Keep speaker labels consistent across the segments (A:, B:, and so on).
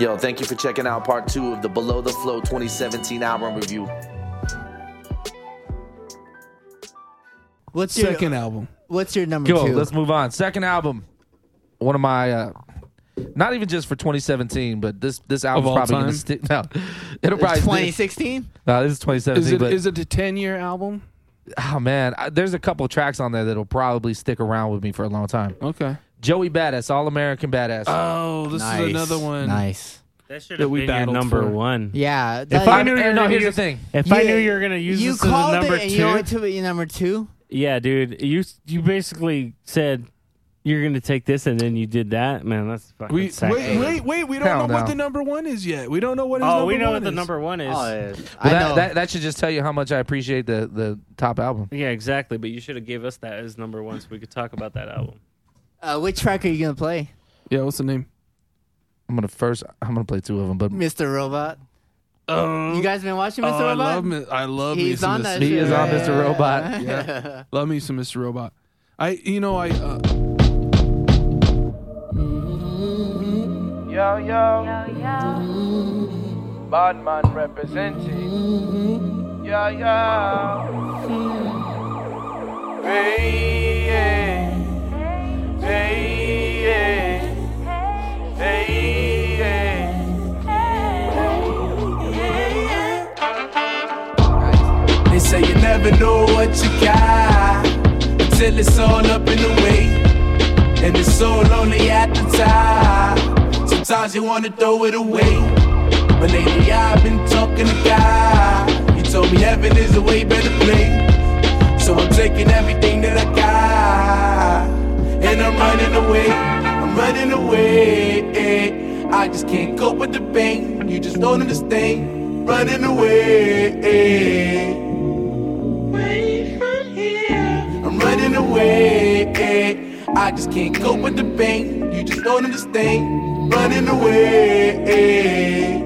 A: Yo, thank you for checking out part two of the Below the Flow 2017 album review.
B: What's your
C: Second album.
B: What's your number
D: Cool.
B: 2
D: Let's move on. Second album. One of my, uh, not even just for 2017, but this this album's
C: all
D: probably
C: time?
D: gonna stick. No, it'll probably
B: Twenty sixteen.
D: No, this is 2017.
C: Is it
D: but
C: is it a ten year album?
D: oh man, I, there's a couple tracks on there that'll probably stick around with me for a long time.
C: Okay.
D: Joey Badass, All American Badass.
E: Uh,
C: Oh, this is another one.
B: Nice.
F: That should
C: That
F: have
C: we
F: been your
C: battled
F: number
C: for.
F: one.
B: Yeah.
F: If
B: that-
D: I
F: I knew you were
D: no,
F: gonna
D: here's the
F: use-
D: thing.
F: If I knew you were gonna use
B: you
F: this as a
B: called
F: number
B: it, and
F: two,
B: you know it to your number two.
F: yeah, dude, you you basically said you're gonna take this, and then you did that. Man, that's fucking
C: We,
F: sack.
C: wait, wait, wait. We don't
D: Hell
C: know what
D: no.
C: the number one is yet. We don't know what his
F: Oh,
C: number
F: we know
C: one
F: what the
C: is.
F: number one is.
B: I
D: Well, that,
B: know.
D: That, that should just tell you how much I appreciate the the top album.
F: yeah, exactly. But you should have gave us that as number one, so we could talk about that album.
B: uh, which track are you gonna play,
C: Yeah, what's the name?
D: I'm gonna first. I'm gonna play two of them, but
B: Mr. Robot?
C: Oh,
B: You guys been watching
C: oh,
B: Mr.
C: I
B: Robot?
C: love, Mi- I love me
B: He's
C: some
B: on
C: Mr.
B: that.
D: He
B: shit,
D: is on
B: right?
D: Mr. Robot.
C: Yeah. Love me some Mr. Robot. I, you know, I. Uh,
G: Yo, yo. Badman representing. Yo, yo. Hey, yeah. Hey, yeah. Hey, yeah.
E: They say you never know what you got till it's all up in the way, and it's so lonely at the top. Sometimes you wanna throw it away, but lately I've been talking to God. You told me heaven is a way better place, so I'm taking everything that I got, and I'm running away. I'm running away. I just can't cope with the pain. You just don't understand. Running away. I'm running away. eh. I just can't cope with the pain. You just don't understand. Running eh. away.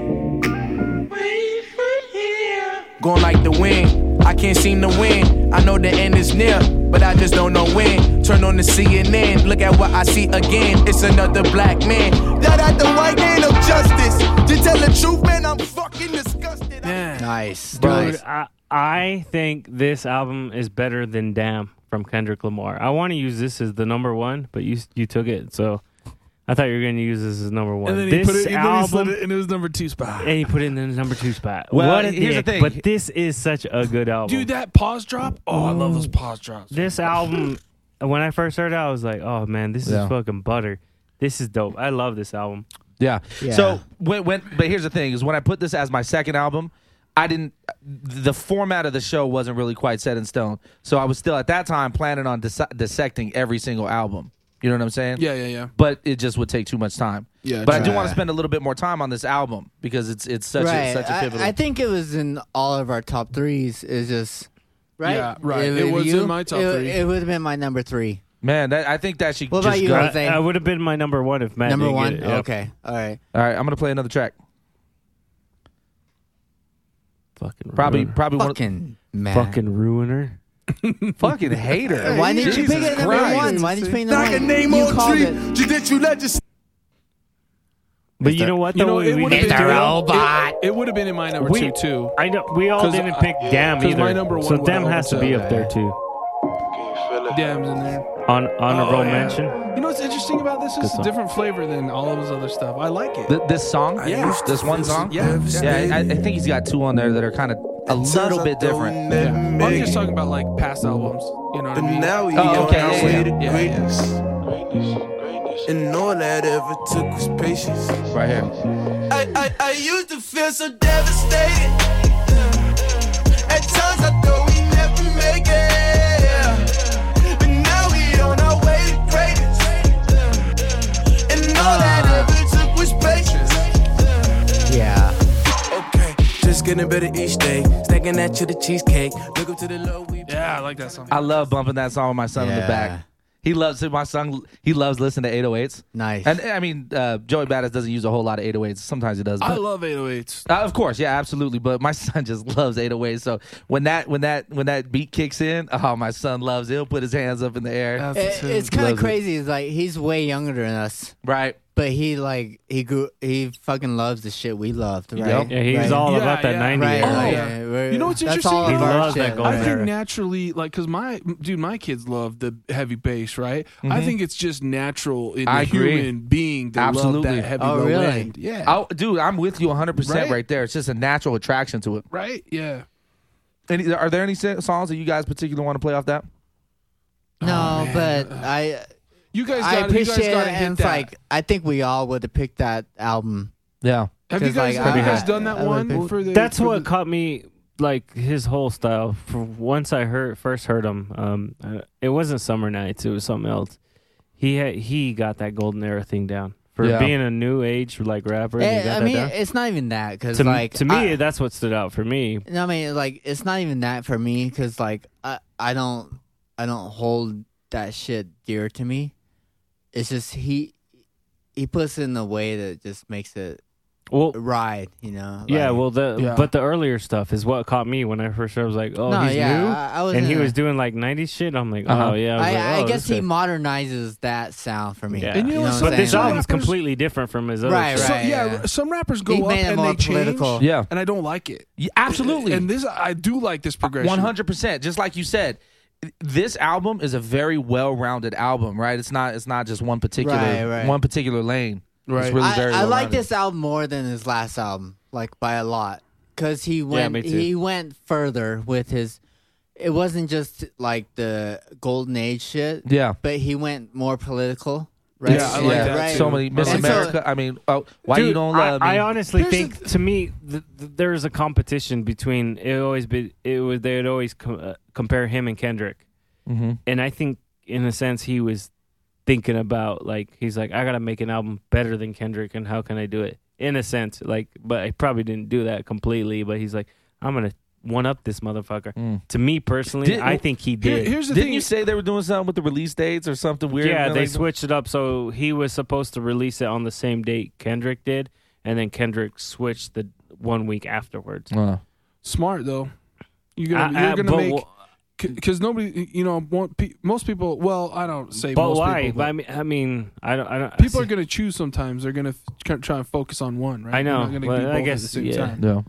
E: Going like the wind. I can't seem to win. I know the end is near, but I just don't know when. Turn on the CNN. Look at what I see again. It's another black man. That at the white man of justice. To tell the truth, man, I'm fucking disgusted.
B: Nice.
F: Dude, I, I think this album is better than Damn from Kendrick Lamar. I want to use this as the number one, but you you took it, so I thought you were going to use this as number one.
C: and then he
F: this
C: put it, and then he slid
F: album,
C: it, and it was number two spot.
F: and he put it in the number two spot.
D: Well,
F: what a
D: here's the
F: dick,
D: thing.
F: But this is such a good album.
C: Dude, that pause drop. Oh, I love those pause drops.
F: this album, when I first heard it, I was like, oh man, this
D: Yeah.
F: is fucking butter. This is dope. I love this album.
D: Yeah.
B: Yeah.
D: So when when but here's the thing is when I put this as my second album, I didn't the format of the show wasn't really quite set in stone. So I was still at that time planning on dis- dissecting every single album. You know what I'm saying?
C: Yeah, yeah, yeah.
D: But it just would take too much time.
C: Yeah,
D: But I do
C: true.
D: want to spend a little bit more time on this album because it's it's such
B: right.
D: a, such a
B: I-
D: pivotal.
B: I, think it was in all of our top threes. Is just right.
C: Yeah, right. It
B: if
C: was
B: you-
C: in my top
B: it-
C: three.
B: It would have been my number three.
D: Man, that, I think that should
B: What
D: just
B: about you,
D: go.
B: Jose?
F: I, would have been my number one if Matt
B: number
F: didn't
B: one.
F: Get it. Yep.
B: Okay. All right.
D: All right, I'm gonna play another track.
F: Fucking
D: Probably
F: ruiner.
D: probably one
B: Fucking man.
F: fucking ruiner.
D: of, fucking hater.
B: Why didn't you
D: Jesus
B: pick it number
D: Christ.
B: one? Why didn't you pick it number
E: Knock
B: one?
E: a name
B: you
E: on
B: called
E: tree.
B: it.
E: You did you let your
F: But you know what? Though
C: You know,
F: we,
C: it
F: we
C: would've
F: didn't
C: been-
F: do it.
C: It, it would have been in my number
F: We-
C: two too.
F: I know we all
C: 'Cause
F: didn't
C: I-
F: pick Damn
C: 'cause
F: either.
C: my number
F: so
C: one
F: Damn
C: went
F: has to
C: over
F: be
C: to
F: up there
C: that.
F: too.
C: Damn's in there.
F: On honorable
C: Oh, yeah.
F: mention.
C: You know what's interesting about this? It's a
F: song.
C: different flavor than all of his other stuff. I like it.
D: Th- this song,
C: Yeah.
D: this one song,
C: Yeah.
D: yeah. I, I think he's got two on there that are kind of a little bit different.
C: Yeah. I'm just talking about like past albums. You know what I mean?
E: now we
D: Oh,
E: on
D: okay,
E: our
D: yeah,
E: way
D: yeah.
E: to
C: Yeah, yeah.
E: greatness. And all that ever took was patience.
D: Right here.
E: I, I, I used to feel so devastated. At times I thought we never make it. But now we on our way to greatness. And all that ever took was patience.
B: Yeah.
E: Okay, just getting better each day. Stacking that to the cheesecake. Look up to the low we.
C: Yeah, I like that song.
D: I love bumping that song with my son in the
B: Yeah.
D: back. He loves it. My son, he loves listening to 808s.
B: Nice.
D: And I mean, uh, Joey Badass doesn't use a whole lot of 808s. Sometimes he does.
C: I
D: but-
C: love 808s.
D: Uh, of course, yeah, absolutely. But my son just loves 808s. So when that when that when that beat kicks in, oh, my son loves it. He'll put his hands up in the air.
C: That's the
B: It-
C: tune.
B: it's kind of
D: Loves it.
B: crazy. It's like he's way younger than us,
D: right.
B: but he like he grew he fucking loves the shit we loved, right?
D: Yep.
F: Yeah, he's
B: Right.
F: all
C: Yeah,
F: about that
C: yeah.
F: 90s.
B: Right,
C: Oh,
B: like,
C: yeah.
B: yeah, we're-
C: You know what's
B: that's
C: interesting?
B: all
F: He
B: of our
F: loves
B: shit,
F: that golden
C: I
F: Golden
B: right?
F: era.
C: think naturally, like, cause my dude, my kids love the heavy bass, right? I think it's just natural in
D: I
C: the
D: agree.
C: human being to
D: Absolutely.
C: love that heavy
B: Oh,
C: low
B: really?
C: end. Yeah,
D: Oh, dude, I'm with you 100 percent
C: Right?
D: right there. It's just a natural attraction to it.
C: right? Yeah.
D: Any, are there any sa- songs that you guys particularly want to play off that?
B: No, but I
C: Oh, You guys,
B: I
C: gotta, you guys
B: appreciate it,
C: gotta
B: and
C: hit
B: it's
C: that.
B: like I think we all would have picked that album.
D: Yeah.
C: have you
B: 'cause,
C: guys,
B: like,
C: have you
B: I-
C: guys
B: I-
C: done that
B: I would
C: one?
B: think-
C: for the,
F: That's
C: for
F: what
C: the-
F: caught me, like his whole style. For once I heard first heard him, um, uh, it wasn't Summer Nights. It was something else. He had, he got that golden era thing down for
D: Yeah.
F: being a new age like rapper. and he
B: Eh,
F: got
B: I
F: that
B: mean,
F: down.
B: it's not even that because
F: to me-
B: like
F: to me,
B: I-
F: that's what stood out for me.
B: No, I mean, like it's not even that for me because like I I don't I don't hold that shit dear to me. It's just he he puts it in a way that just makes it
F: Well,
B: ride, you know.
F: yeah,
B: like-
F: well, the
C: Yeah.
F: but the earlier stuff is what caught me when I first heard. I was like, oh,
B: no,
F: he's
B: yeah,
F: new,
B: I, I was
F: and he
B: in a-
F: was doing like '90s shit. I'm like,
D: Uh-huh.
F: oh
B: I,
F: yeah. was like,
B: I
F: oh,
B: guess
F: this
B: he
F: shit.
B: modernizes that sound for me.
F: Yeah.
C: And you know
B: what
C: what's
B: I'm
F: But this
B: saying?
C: song-
F: album's
C: Rappers-
F: completely different from his other.
B: Right,
F: shit.
C: So,
B: right,
C: yeah,
B: yeah.
C: some rappers go
B: He
C: up
B: made it
C: and
B: more
C: they change,
B: political.
D: Yeah.
C: and I don't like it.
D: Yeah, absolutely.
C: And this, I do like this progression.
D: One hundred percent. Just like you said, this album is a very well-rounded album, right? It's not. It's not just one particular
B: Right, right.
D: one particular lane.
C: Right.
D: It's really very.
B: I, I like
D: well-rounded.
B: this album more than his last album, like by a lot, because he went
F: me too.
B: he went further with his. It wasn't just like the golden age shit,
D: Yeah.
B: but he went more political. Right?
C: Yeah, I like
D: yeah.
C: that
B: right.
D: So many Miss
B: And so-
D: America. I mean, oh, why you
F: Dude,
D: don't love
F: I, I
D: me?
F: honestly
C: Here's
F: think,
C: the
F: to me, th- th- there's a competition between it always be it was they would always com- uh, compare him and Kendrick,
D: Mhm.
F: and I think in a sense he was thinking about like he's like I gotta make an album better than Kendrick, and how can I do it? In a sense, like, but I probably didn't do that completely. But he's like, I'm gonna one up this motherfucker.
D: Mm.
F: To me personally,
D: Did-
F: I think he
C: Here-
F: did.
C: here's the
D: Didn't
C: thing.
D: you say they were doing something with the release dates or something weird?
F: yeah, they
D: Like-
F: switched it up. So he was supposed to release it on the same date Kendrick did, and then Kendrick switched the one week afterwards.
D: Wow.
C: smart though. You're gonna,
F: I- I-
C: you're gonna
F: Uh, but
C: make
F: wh-
C: because nobody, you know, won't, pe- most people. Well, I don't say
F: but
C: most
F: why?
C: people.
F: But I mean, I mean, I don't. I don't
C: people are going to choose sometimes. They're going to f- try and focus on one, right?
F: I know.
C: They're not
F: Well,
C: gonna do
F: I
C: both
F: guess,
C: at the same
F: yeah.
C: time.
D: Yeah.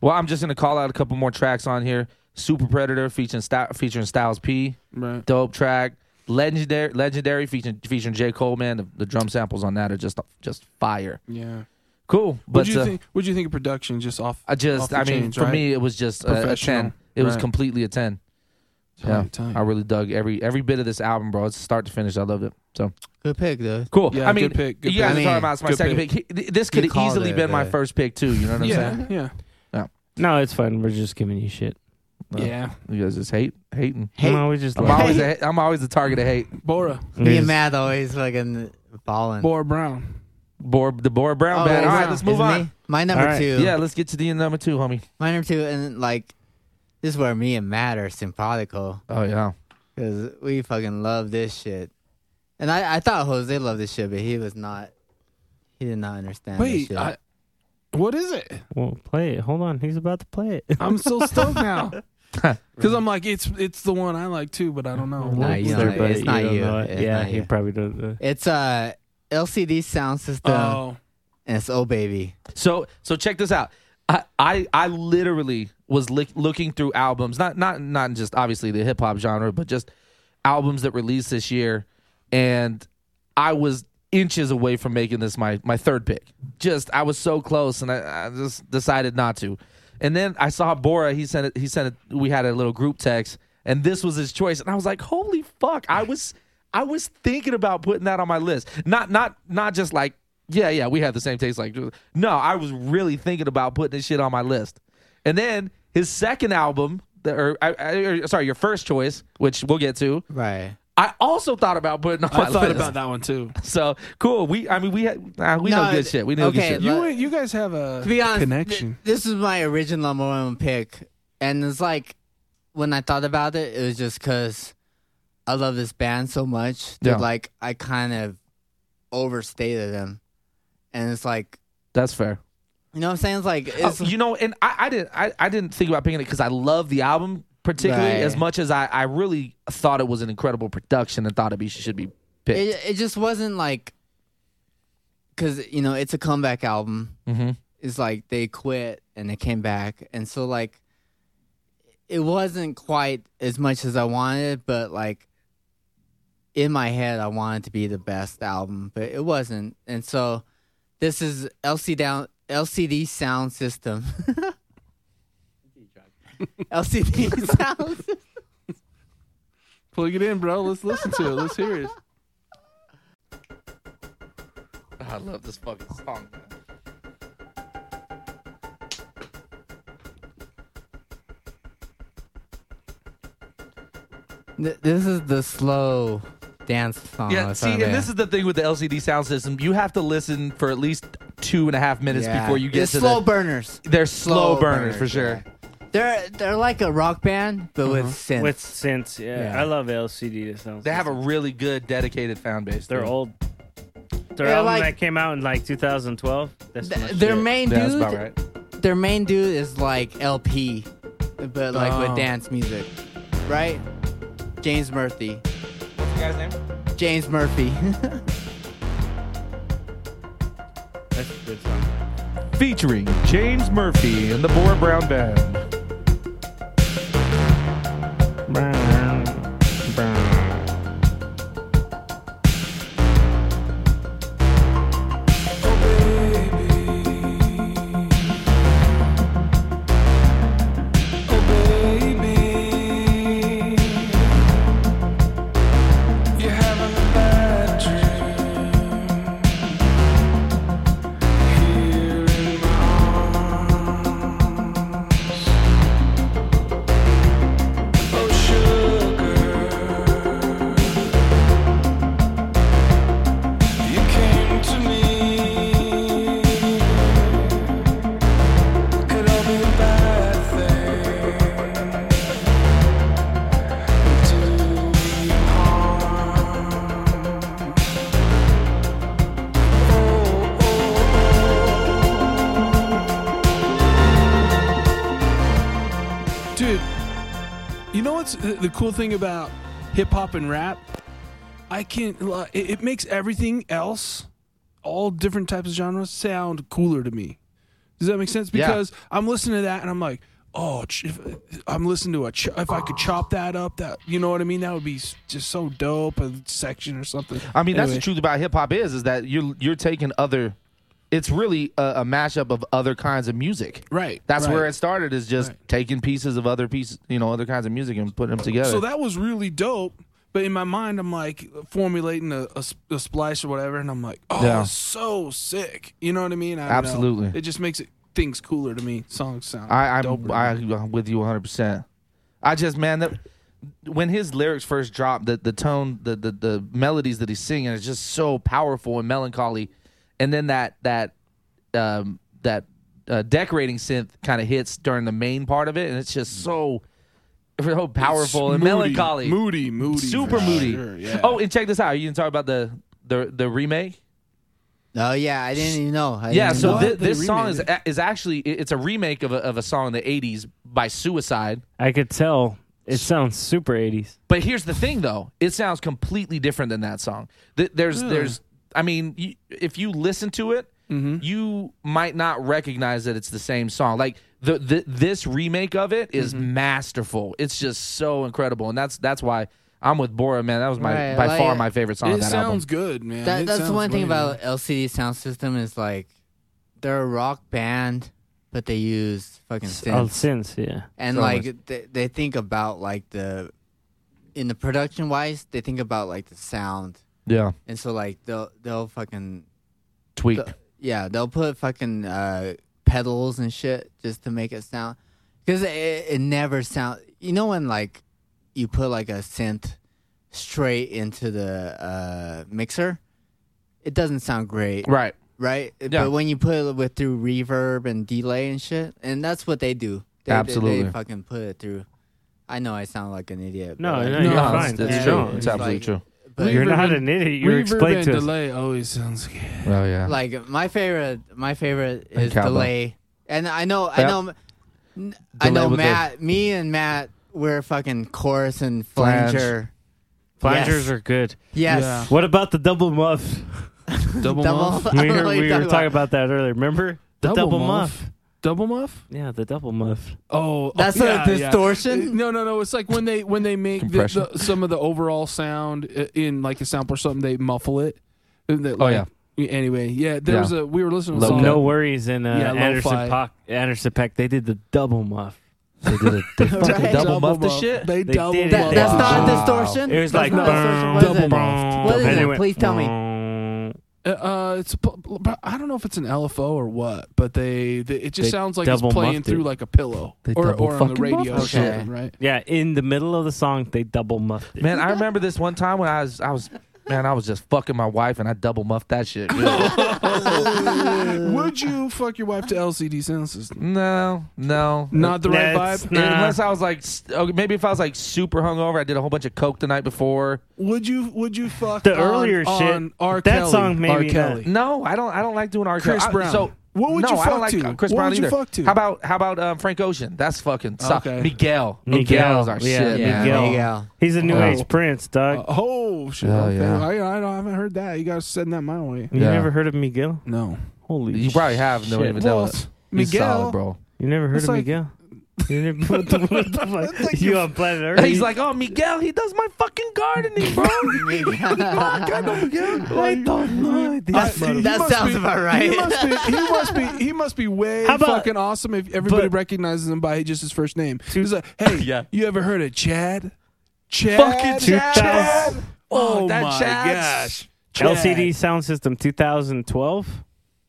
D: Well, I'm just gonna call out a couple more tracks on here. Super Predator featuring Sty- featuring Styles P,
C: Right.
D: dope track. Legendary, legendary featuring featuring J Cole. Man, the, the drum samples on that are just just fire.
C: Yeah.
D: Cool,
C: What
D: but
C: do you
D: uh,
C: think? What do you think of production? Just off.
D: I
C: off
D: just,
C: the
D: I mean,
C: chains,
D: for
C: right?
D: me, it was just a, a
C: Professional,
D: ten. It was
C: right.
D: completely a ten.
C: Tight,
D: yeah,
C: tight.
D: I really dug every every bit of this album, bro. It's start to finish. I loved it. So
B: Good pick, dude.
D: cool.
C: Yeah,
D: I mean,
C: good pick, good
D: you guys
B: pick.
D: are
B: I mean,
D: talking about it's my
C: good
D: second pick.
C: pick.
D: He- th- This could
B: You called
D: easily
B: it,
D: been my
B: but-
D: first pick too. You know what I'm
C: yeah,
D: saying?
C: yeah,
F: No, it's fine. We're just giving you shit.
D: Yeah.
C: yeah.
D: You guys just hate hating.
F: No, we just.
D: I'm
F: like-
D: always a, I'm always the target of hate.
C: Bora,
F: we
B: Me
F: just-
B: and Matt always fucking balling.
C: Bora Brown.
D: Bor the Bora Brown
B: Oh,
D: band.
B: is
D: All
B: it-
D: right, let's move
B: is it
D: on.
B: me? My number
F: All right.
B: two.
D: Yeah, let's get to the end number two, homie.
B: My number two, and like this is where me and Matt are sympatico
D: Oh yeah.
B: because we fucking love this shit. And I, I thought Jose loved this shit, but he was not. He did not understand. this
C: Wait,
B: shit.
C: I, what is it?
F: Well, play it. Hold on, he's about to play it.
C: I'm so stoked now. Because I'm like, it's it's the one I like too, but I don't know.
B: Nah, you don't-
F: Everybody,
B: it's not
F: don't
B: you.
F: know it.
B: It's
F: Yeah,
B: not
F: he
B: you.
F: probably doesn't.
B: It's uh, a LCD sound system,
C: Oh,
B: and it's Oh Baby.
D: So so check this out. I I, I literally was lick looking through albums, not not not just obviously the hip hop genre, but just albums that released this year, and I was inches away from making this my my third pick. Just I was so close, and I, I just decided not to. And then I saw Bora. He sent it. He sent it. We had a little group text, and this was his choice. And I was like, "Holy fuck!" I was, I was thinking about putting that on my list. Not, not, not just like, yeah, yeah, we had the same taste. Like, no, I was really thinking about putting this shit on my list. And then his second album, the, or, I, I, or sorry, your first choice, which we'll get to.
B: Right.
D: I also thought about putting on my
C: I thought
D: list.
C: about that one too.
D: So cool. We, I mean, we had, nah, we
B: No,
D: know good
B: it-
D: shit. We know
B: okay,
D: good shit.
B: look-
C: You you guys have a
B: To be honest,
C: connection.
B: th- this is my original number one pick, and it's like when I thought about it, it was just because I love this band so much that
D: Yeah.
B: like I kind of overstated them, and it's like
D: That's fair.
B: you know what I'm saying. It's like
D: Oh,
B: it's
D: you know, and I, I didn't I, I didn't think about picking it because I love the album particularly
B: Right.
D: as much as I, I really thought it was an incredible production and thought it be, should be picked.
B: it, it just wasn't like because you know it's a comeback album.
D: Mm-hmm.
B: It's like they quit and they came back, and so like it wasn't quite as much as I wanted, but like in my head I wanted to be the best album, but it wasn't. And so this is LC down LCD sound system. LCD sound system.
C: Plug it in, bro. Let's listen to it. Let's hear it.
D: I love this fucking song.
B: Th- This is the slow dance song.
D: Yeah,
B: that's
D: see,
B: on
D: and
B: there.
D: this is the thing with the LCD sound system. You have to listen for at least two and a half minutes
B: Yeah.
D: before you get
B: It's
D: to
B: slow
D: the.
B: burners.
D: They're slow,
B: slow
D: burners,
B: burners,
D: for sure.
B: They're they're like a rock band, but
D: Uh-huh.
B: with synth.
F: with synths. Yeah.
B: Yeah.
F: I love LCD. That sounds.
D: They have a really good dedicated fan base.
F: They're
D: too.
F: old. Their
B: Yeah,
F: album
B: like-
F: that came out in like 2012. That's
B: Th-
F: my
B: their
F: shit.
B: main
D: Yeah, that's
B: dude,
D: about right.
B: their main dude is like LP, but like
C: Oh.
B: with dance music, right? James Murphy.
D: What's the guy's name?
B: James Murphy.
F: That's a good song.
D: Featuring James Murphy and the Boar Brown Band.
C: Dude, you know what's uh, the the cool thing about hip hop and rap? I can't. li- It it makes everything else, all different types of genres, sound cooler to me. Does that make sense?
D: Yeah.
C: Because I'm listening to that and I'm like, oh, ch- if I'm listening to a. Ch- if I could chop that up, that you know what I mean? That would be s- just so dope. A section or something.
D: I mean, that's the
C: Anyway.
D: truth about hip hop is is that you're you're taking other. It's really a, a mashup of other kinds of music.
C: Right.
D: That's
C: right.
D: where it started. Is just
C: Right.
D: taking pieces of other pieces, you know, other kinds of music and putting them together.
C: So that was really dope. But in my mind, I'm like formulating a, a, s- a splice or whatever, and I'm like, oh,
D: Yeah.
C: that's so sick. You know what I mean? I don't know.
D: Absolutely.
C: It just makes it things cooler to me. Songs sound.
D: I,
C: doper
D: I'm,
C: to
D: I,
C: me.
D: I'm with you 100. percent I just man that when his lyrics first dropped, the the tone, the the the melodies that he's singing is just so powerful and melancholy, and then that that um, that uh, decorating synth kind of hits during the main part of it, and it's just so so powerful
C: It's
D: and
C: Mm. moody,
D: melancholy,
C: Moody, moody,
D: super
C: for
D: moody.
C: sure, yeah.
D: Oh, and check this out. You didn't talk about the the the remake.
B: oh yeah, I didn't even know. I
D: Yeah,
B: didn't
D: so
B: know.
C: What?
D: thi-
C: They
D: this song is
C: remade
D: a- is actually it- it's a remake of a, of a song in the '80s by Suicide.
F: I could tell. It sounds super 80s.
D: But here's the thing, though. It sounds completely different than that song. Th- There's, there's. I mean, you, if you listen to it, you might not recognize that it's the same song. Like the, the this remake of it is masterful. It's just so incredible, and that's that's why I'm with Bora, man. That was my
B: Right,
D: by
B: like-
D: far my favorite song.
C: it
D: on Oh, that
C: sounds
D: album.
C: good, man.
B: That,
C: It
B: that's the
C: sounds
B: one thing
C: way-
B: about LCD Sound System is like they're a rock band, but they use fucking
F: Oh,
B: synths.
F: since yeah.
B: and
D: So
B: like they, they think about like the in the production wise, they think about like the sound,
D: Yeah,
B: and so like they'll they'll fucking
D: tweak.
B: the- yeah, they'll put fucking uh, pedals and shit just to make it sound because it, it never sound. You know when like you put like a synth straight into the uh, mixer, it doesn't sound great,
D: right.
B: right?
D: Yeah.
B: But when you put it with through reverb and delay and shit, and that's what they do. They, they- They,
D: Absolutely.
B: fucking put it through. I know I sound like an idiot.
F: No,
B: but,
F: no,
B: like,
F: you're
D: No,
F: fine.
D: that's, that's
F: You
D: true.
F: don't.
D: It's
B: Like-
D: absolutely true.
B: but-
F: You're
C: Reverb
F: not an
C: and-
F: idiot. You're explained
C: and
F: to us.
C: delay always sounds good.
D: Oh yeah.
B: like my favorite my favorite is
D: cowbell.
B: delay and i know i
D: Yep.
B: know n- i
D: Delay
B: know
D: with the-
B: matt me and matt we're fucking chorus and
D: Flange.
B: flanger
F: Flangers
B: Yes.
F: are good.
B: yes
C: Yeah.
F: What about the double muff?
D: Double, muff.
B: I
F: We,
B: don't
F: were,
B: know what
F: we
B: you're
F: were
B: talking about.
F: talking about that earlier. Remember the double, muff.
C: Double muff?
F: Yeah, the double muff.
C: Oh,
B: That's
C: oh,
B: a
C: yeah, yeah.
B: distortion?
C: Uh, No, no, no. It's like when they when they make the,
D: Compression.
C: the, some of the overall sound i- in like a sample or something, they muffle it. And they,
D: Oh, yeah.
C: Anyway, yeah, there
D: Yeah.
C: was a we were listening to a
D: Low
C: song.
D: cut.
F: No worries in uh,
C: Yeah, lo-fi.
F: Anderson Paak. Anderson Peck. They did the double muff.
D: They did a they fucking
B: Right.
D: double muff the shit.
C: They,
F: They
C: double
F: did it.
B: That-
C: muffed.
B: that's not
F: Wow.
B: a distortion.
F: It was
B: That's
F: like
B: not a distortion.
F: boom,
B: What is
F: double
B: it?
F: muff.
B: What is it?
F: Anyway,
B: Please tell me.
F: boom.
C: Uh, uh, it's pu- but I don't know if it's an LFO or what, but they, they it just
F: They
C: sounds like it's
F: double
C: playing
F: muffed
C: through
F: it.
C: like a pillow
D: They
C: or
D: double
C: or on the
D: fucking
C: radio, or
B: muffed it. Okay.
C: something, right?
F: Yeah, in the middle of the song, they double muffed it.
D: Man, I remember this one time when I was I was man, I was just fucking my wife and I double muffed that shit. good. Oh.
C: Would you fuck your wife to LCD sound system?
D: no, no.
C: Not the right
F: That's
C: vibe.
F: not- Nah.
D: Unless I was like, s- okay, maybe if I was like super hungover, I did a whole bunch of coke the night before.
C: Would you would you fuck
F: The
C: on-
F: earlier
C: on
F: shit,
C: R.
F: that
C: Kelly,
F: song maybe
C: R.
F: not.
C: Kelly.
D: No, I don't. I don't like doing R. Kelly.
C: Chris
D: I-
C: Brown.
D: so
C: What would
D: no,
C: you
D: I don't
C: fuck
D: like
C: to?
D: uh, Chris
C: What
D: Brown
C: would you
D: either.
C: fuck to?
D: How about how about um, Frank Ocean? That's fucking suck.
C: Okay.
D: Miguel.
F: Miguel,
D: Miguel's our
F: yeah,
D: shit. man.
F: Miguel.
B: There you go.
F: He's a new
D: Oh.
F: age prince, dog.
C: Uh, oh shit!
D: Oh,
C: okay.
D: yeah.
C: I, I don't- I haven't heard that. You guys send that my way.
F: you
D: yeah.
F: never heard of Miguel?
C: No,
F: Holy
D: You probably have.
F: shit.
D: No one even
C: Well,
D: knows. it. He's
C: Miguel,
D: solid, bro.
F: You never heard
C: It's
F: of
C: like-
F: Miguel? You never, what the, what the fuck? you on planet Earth?
D: He's like, oh Miguel, he does my fucking gardening, bro. Fuck, I know Miguel. What the fuck?
B: That's-
C: I- he
B: that
C: must
B: sounds
C: be-
B: about right.
C: He must be. He must be. He must be way
F: How about-
C: fucking awesome if everybody
F: but-
C: recognizes him by just his first name. He's like, hey,
D: Yeah.
C: you ever heard of Chad? Chad.
D: Fucking
F: Chad.
C: Chad. Oh,
D: Oh, that
C: my
D: Chad's-
C: gosh. Chad.
F: LCD Sound System 2012.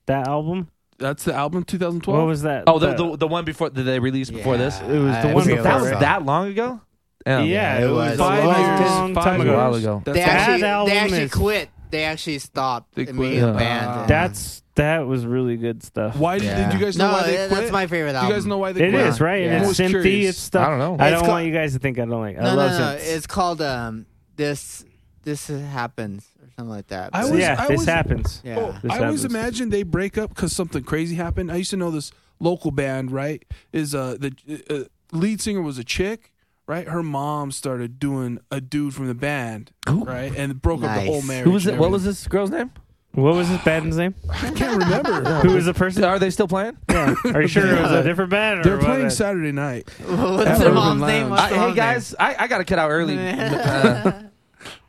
F: That album.
C: That's the album 2012.
F: What was that?
D: Oh, the,
F: That-
D: the the one before that they released before this.
F: it was the
B: I
F: one
B: forget
F: before
D: That
B: what
D: was
B: it
D: that long ago. Damn.
F: Yeah,
B: it
F: it was
B: was
F: a
B: five years-
F: long
C: five
F: time
D: a while
F: ago.
D: ago.
C: That's
B: They
C: all-
F: That
B: actually,
F: album
B: they actually
F: is-
B: quit. They actually stopped.
C: They
B: and
C: quit.
B: being
D: Yeah.
B: abandoned.
C: Uh,
F: That's that was really good stuff.
C: Why did, did
B: Yeah.
C: you guys know
B: no,
C: why they
B: that-
C: quit?
B: that's my favorite
C: Do
B: album.
C: you guys know why they
F: It
C: quit?
F: is right.
B: Yeah.
F: And
B: I
F: It's
C: was
F: synthy.
C: curious.
F: It's stuff.
D: I don't know.
F: I
B: It's
F: don't
B: ca-
F: want you guys to think I don't like. I
B: No,
F: love
B: no, no.
F: synths.
B: It's called um, this. This happens or something like that.
C: I
B: But-
C: was-
F: yeah, this
C: was-
F: happens.
B: yeah.
C: Oh,
F: This
C: I always
F: happens.
C: imagine they break up because something crazy happened. I used to know this local band, right? Is uh the uh, lead singer was a chick, right? Her mom started doing a dude from the band,
D: Who-
C: right, and broke up the
B: Nice.
C: whole marriage.
D: Who was
C: and
D: it? What was
C: everything.
D: this girl's name?
F: What was this band's name?
C: I can't remember.
F: Who was the person?
D: Are they still playing?
F: Are you sure it was a different band? Or
C: They're
F: what
C: playing
F: it-
C: Saturday night.
B: What's
C: Urban
B: their mom's
C: Lounge.
B: name? What's
D: I,
B: their
D: Uh, hey
B: mom's
D: guys, I, I got to cut out early. Uh,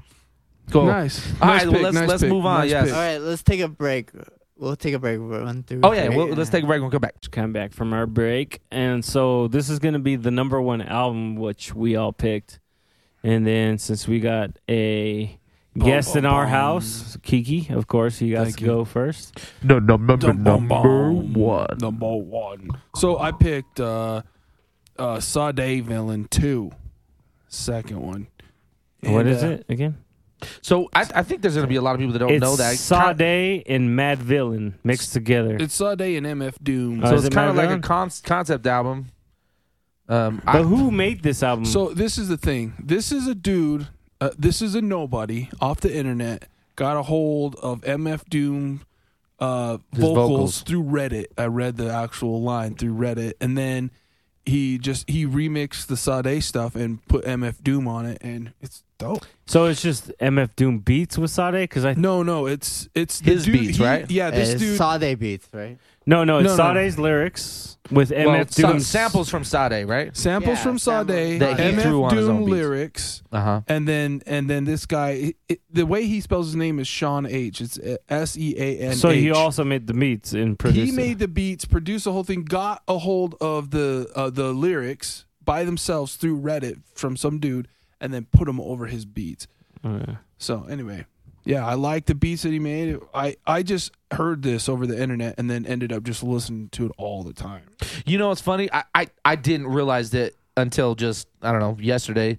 D: cool.
C: Nice.
D: All
C: nice
D: right,
C: pick,
D: well, let's-
C: nice
D: let's
C: pick,
D: move on,
C: nice
D: yes.
C: pick.
B: name? All right, let's take a break. We'll take a break. One, two,
D: Oh yeah,
B: three.
D: well, let's take a break. We'll come back.
F: just come back from our break. And so this is going to be the number one album, which we all picked. And then since we got a guest in our house, Kiki, of course, you got
C: Thank
F: to
C: you.
F: go first.
D: No, no, number,
C: Dum, bum, bum.
D: one.
C: Number one. So I picked uh uh Sade Villain 2. Second one.
F: what
C: And,
F: is
C: uh,
F: it again?
D: So I, I think there's gonna be a lot of people that don't
F: It's
D: know that.
F: Sade and Mad Villain mixed together.
C: It's Sade and MF Doom.
F: Uh,
D: So
F: is it
D: it's kind of
F: Mad
D: like a
F: Villain?
D: con- concept album. Um, I-
F: but who made this album?
C: So this is the thing. This is a dude. Uh, this is a nobody off the internet. Got a hold of MF Doom uh,
D: His
C: vocals,
D: vocals.
C: through Reddit. I read the actual line through Reddit, and then he just he remixed the Sade stuff and put MF Doom on it, and it's dope.
F: So it's just MF Doom beats with Sade because I
C: No, no, it's it's the
D: His
C: dude-
D: beats,
C: he-
D: right?
C: Yeah, this
B: it's
C: dude.
B: Sade beats, right?
F: no no it's
C: No, no.
F: Sade's lyrics with
D: well,
F: MF
D: some
F: Doom
D: samples from Sade, right?
C: Samples
B: Yeah,
C: from Sade,
B: samples.
D: That he
C: MF
D: threw on
C: Doom
D: his own beats.
C: lyrics,
D: Uh huh.
C: and then and then this guy, it- it- the way he spells his name is Sean H. It's S E A N.
F: So he
C: H.
F: also made the beats and produced.
C: he
F: it.
C: made the beats, produced the whole thing, got a hold of the uh, the lyrics by themselves through Reddit from some dude, and then put them over his beats.
F: Uh,
C: So anyway, yeah, I like the beats that he made. I I just heard this over the internet, and then ended up just listening to it all the time.
D: You know what's funny? I, I I didn't realize that until just I don't know yesterday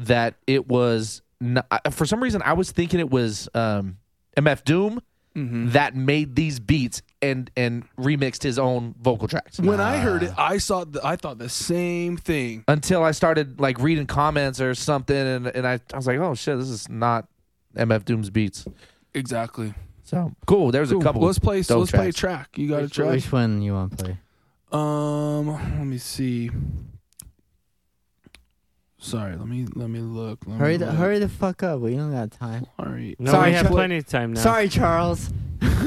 D: that it was not, for some reason I was thinking it was um, MF Doom
C: Mm-hmm.
D: that made these beats and and remixed his own vocal tracks.
C: When I heard it, I saw the, I thought the same thing.
D: Until I started like reading comments or something, and and I, I was like, oh shit, this is not MF Doom's beats.
C: Exactly.
D: So cool. There's
C: Cool.
D: a couple.
C: Let's play.
D: dope
C: let's play a
D: tracks.
C: track. You got a
B: Which,
C: track.
B: which one you want to play?
C: Um, let me see. Sorry, let me let me look. Let
B: Hurry
C: me
B: the
C: look.
B: hurry the fuck up. We don't got time.
C: Sorry.
F: No,
B: Sorry,
F: we have
B: Charlie.
F: plenty of time now.
B: Sorry, Charles.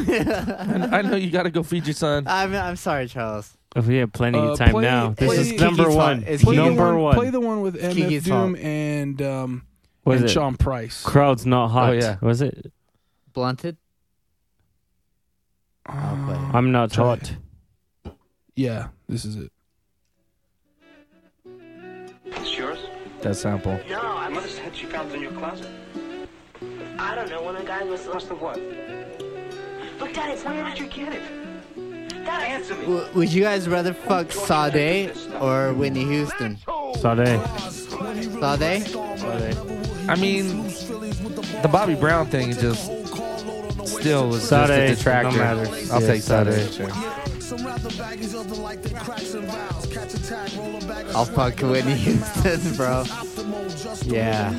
D: I I know you got to go feed your son.
B: I'm I'm sorry, Charles.
F: If Oh, we have plenty
C: Uh,
F: of time
C: play-
F: now. This
C: play-
F: is
C: Kiki's
F: number
B: fault.
F: one.
B: It's
C: Play
B: Kiki's
F: number
C: the one,
F: one.
C: Play the one with MF
B: Kiki's
C: Doom
B: fault.
C: and um
F: was
C: and
F: it?
C: Sean Price.
F: Crowd's not hot.
D: Oh, yeah.
F: Was it?
B: Blunted. I'll play it.
F: I'm not
C: Try
F: hot.
C: Yeah, this is it.
D: That sample.
H: No, I mother said she found it in your closet. I don't know when the guy was lost the what. Look, Dad, it's where did you get it? Dad, answer me.
B: W- would you guys rather fuck Sade or Whitney Houston?
F: Sade.
B: Sade?
D: I mean, the Bobby Brown thing is just still was just a
F: Sade, no
D: detractor.
F: matter.
D: I'll
B: Yeah,
D: take Sade.
B: Sade. I'll fuck Whitney Houston, bro. Yeah.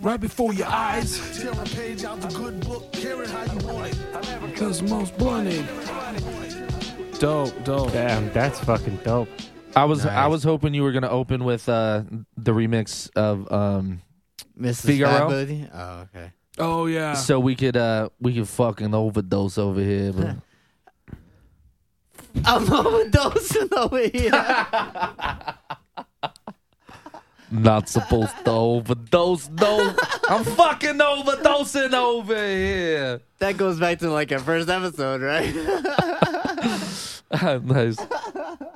C: Right before your eyes, because most blunted. Dope, dope.
F: Damn, that's fucking dope.
D: I was I was hoping you were gonna open with uh, the remix of um,
B: Mrs.
D: Figaro?
B: Fat Booty? Oh, okay.
C: Oh yeah.
D: so we could uh, we could fucking overdose over here. But
B: I'm overdosing over here.
D: not supposed to overdose. No, I'm fucking overdosing over here.
B: that goes back to like our first episode, right?
D: nice.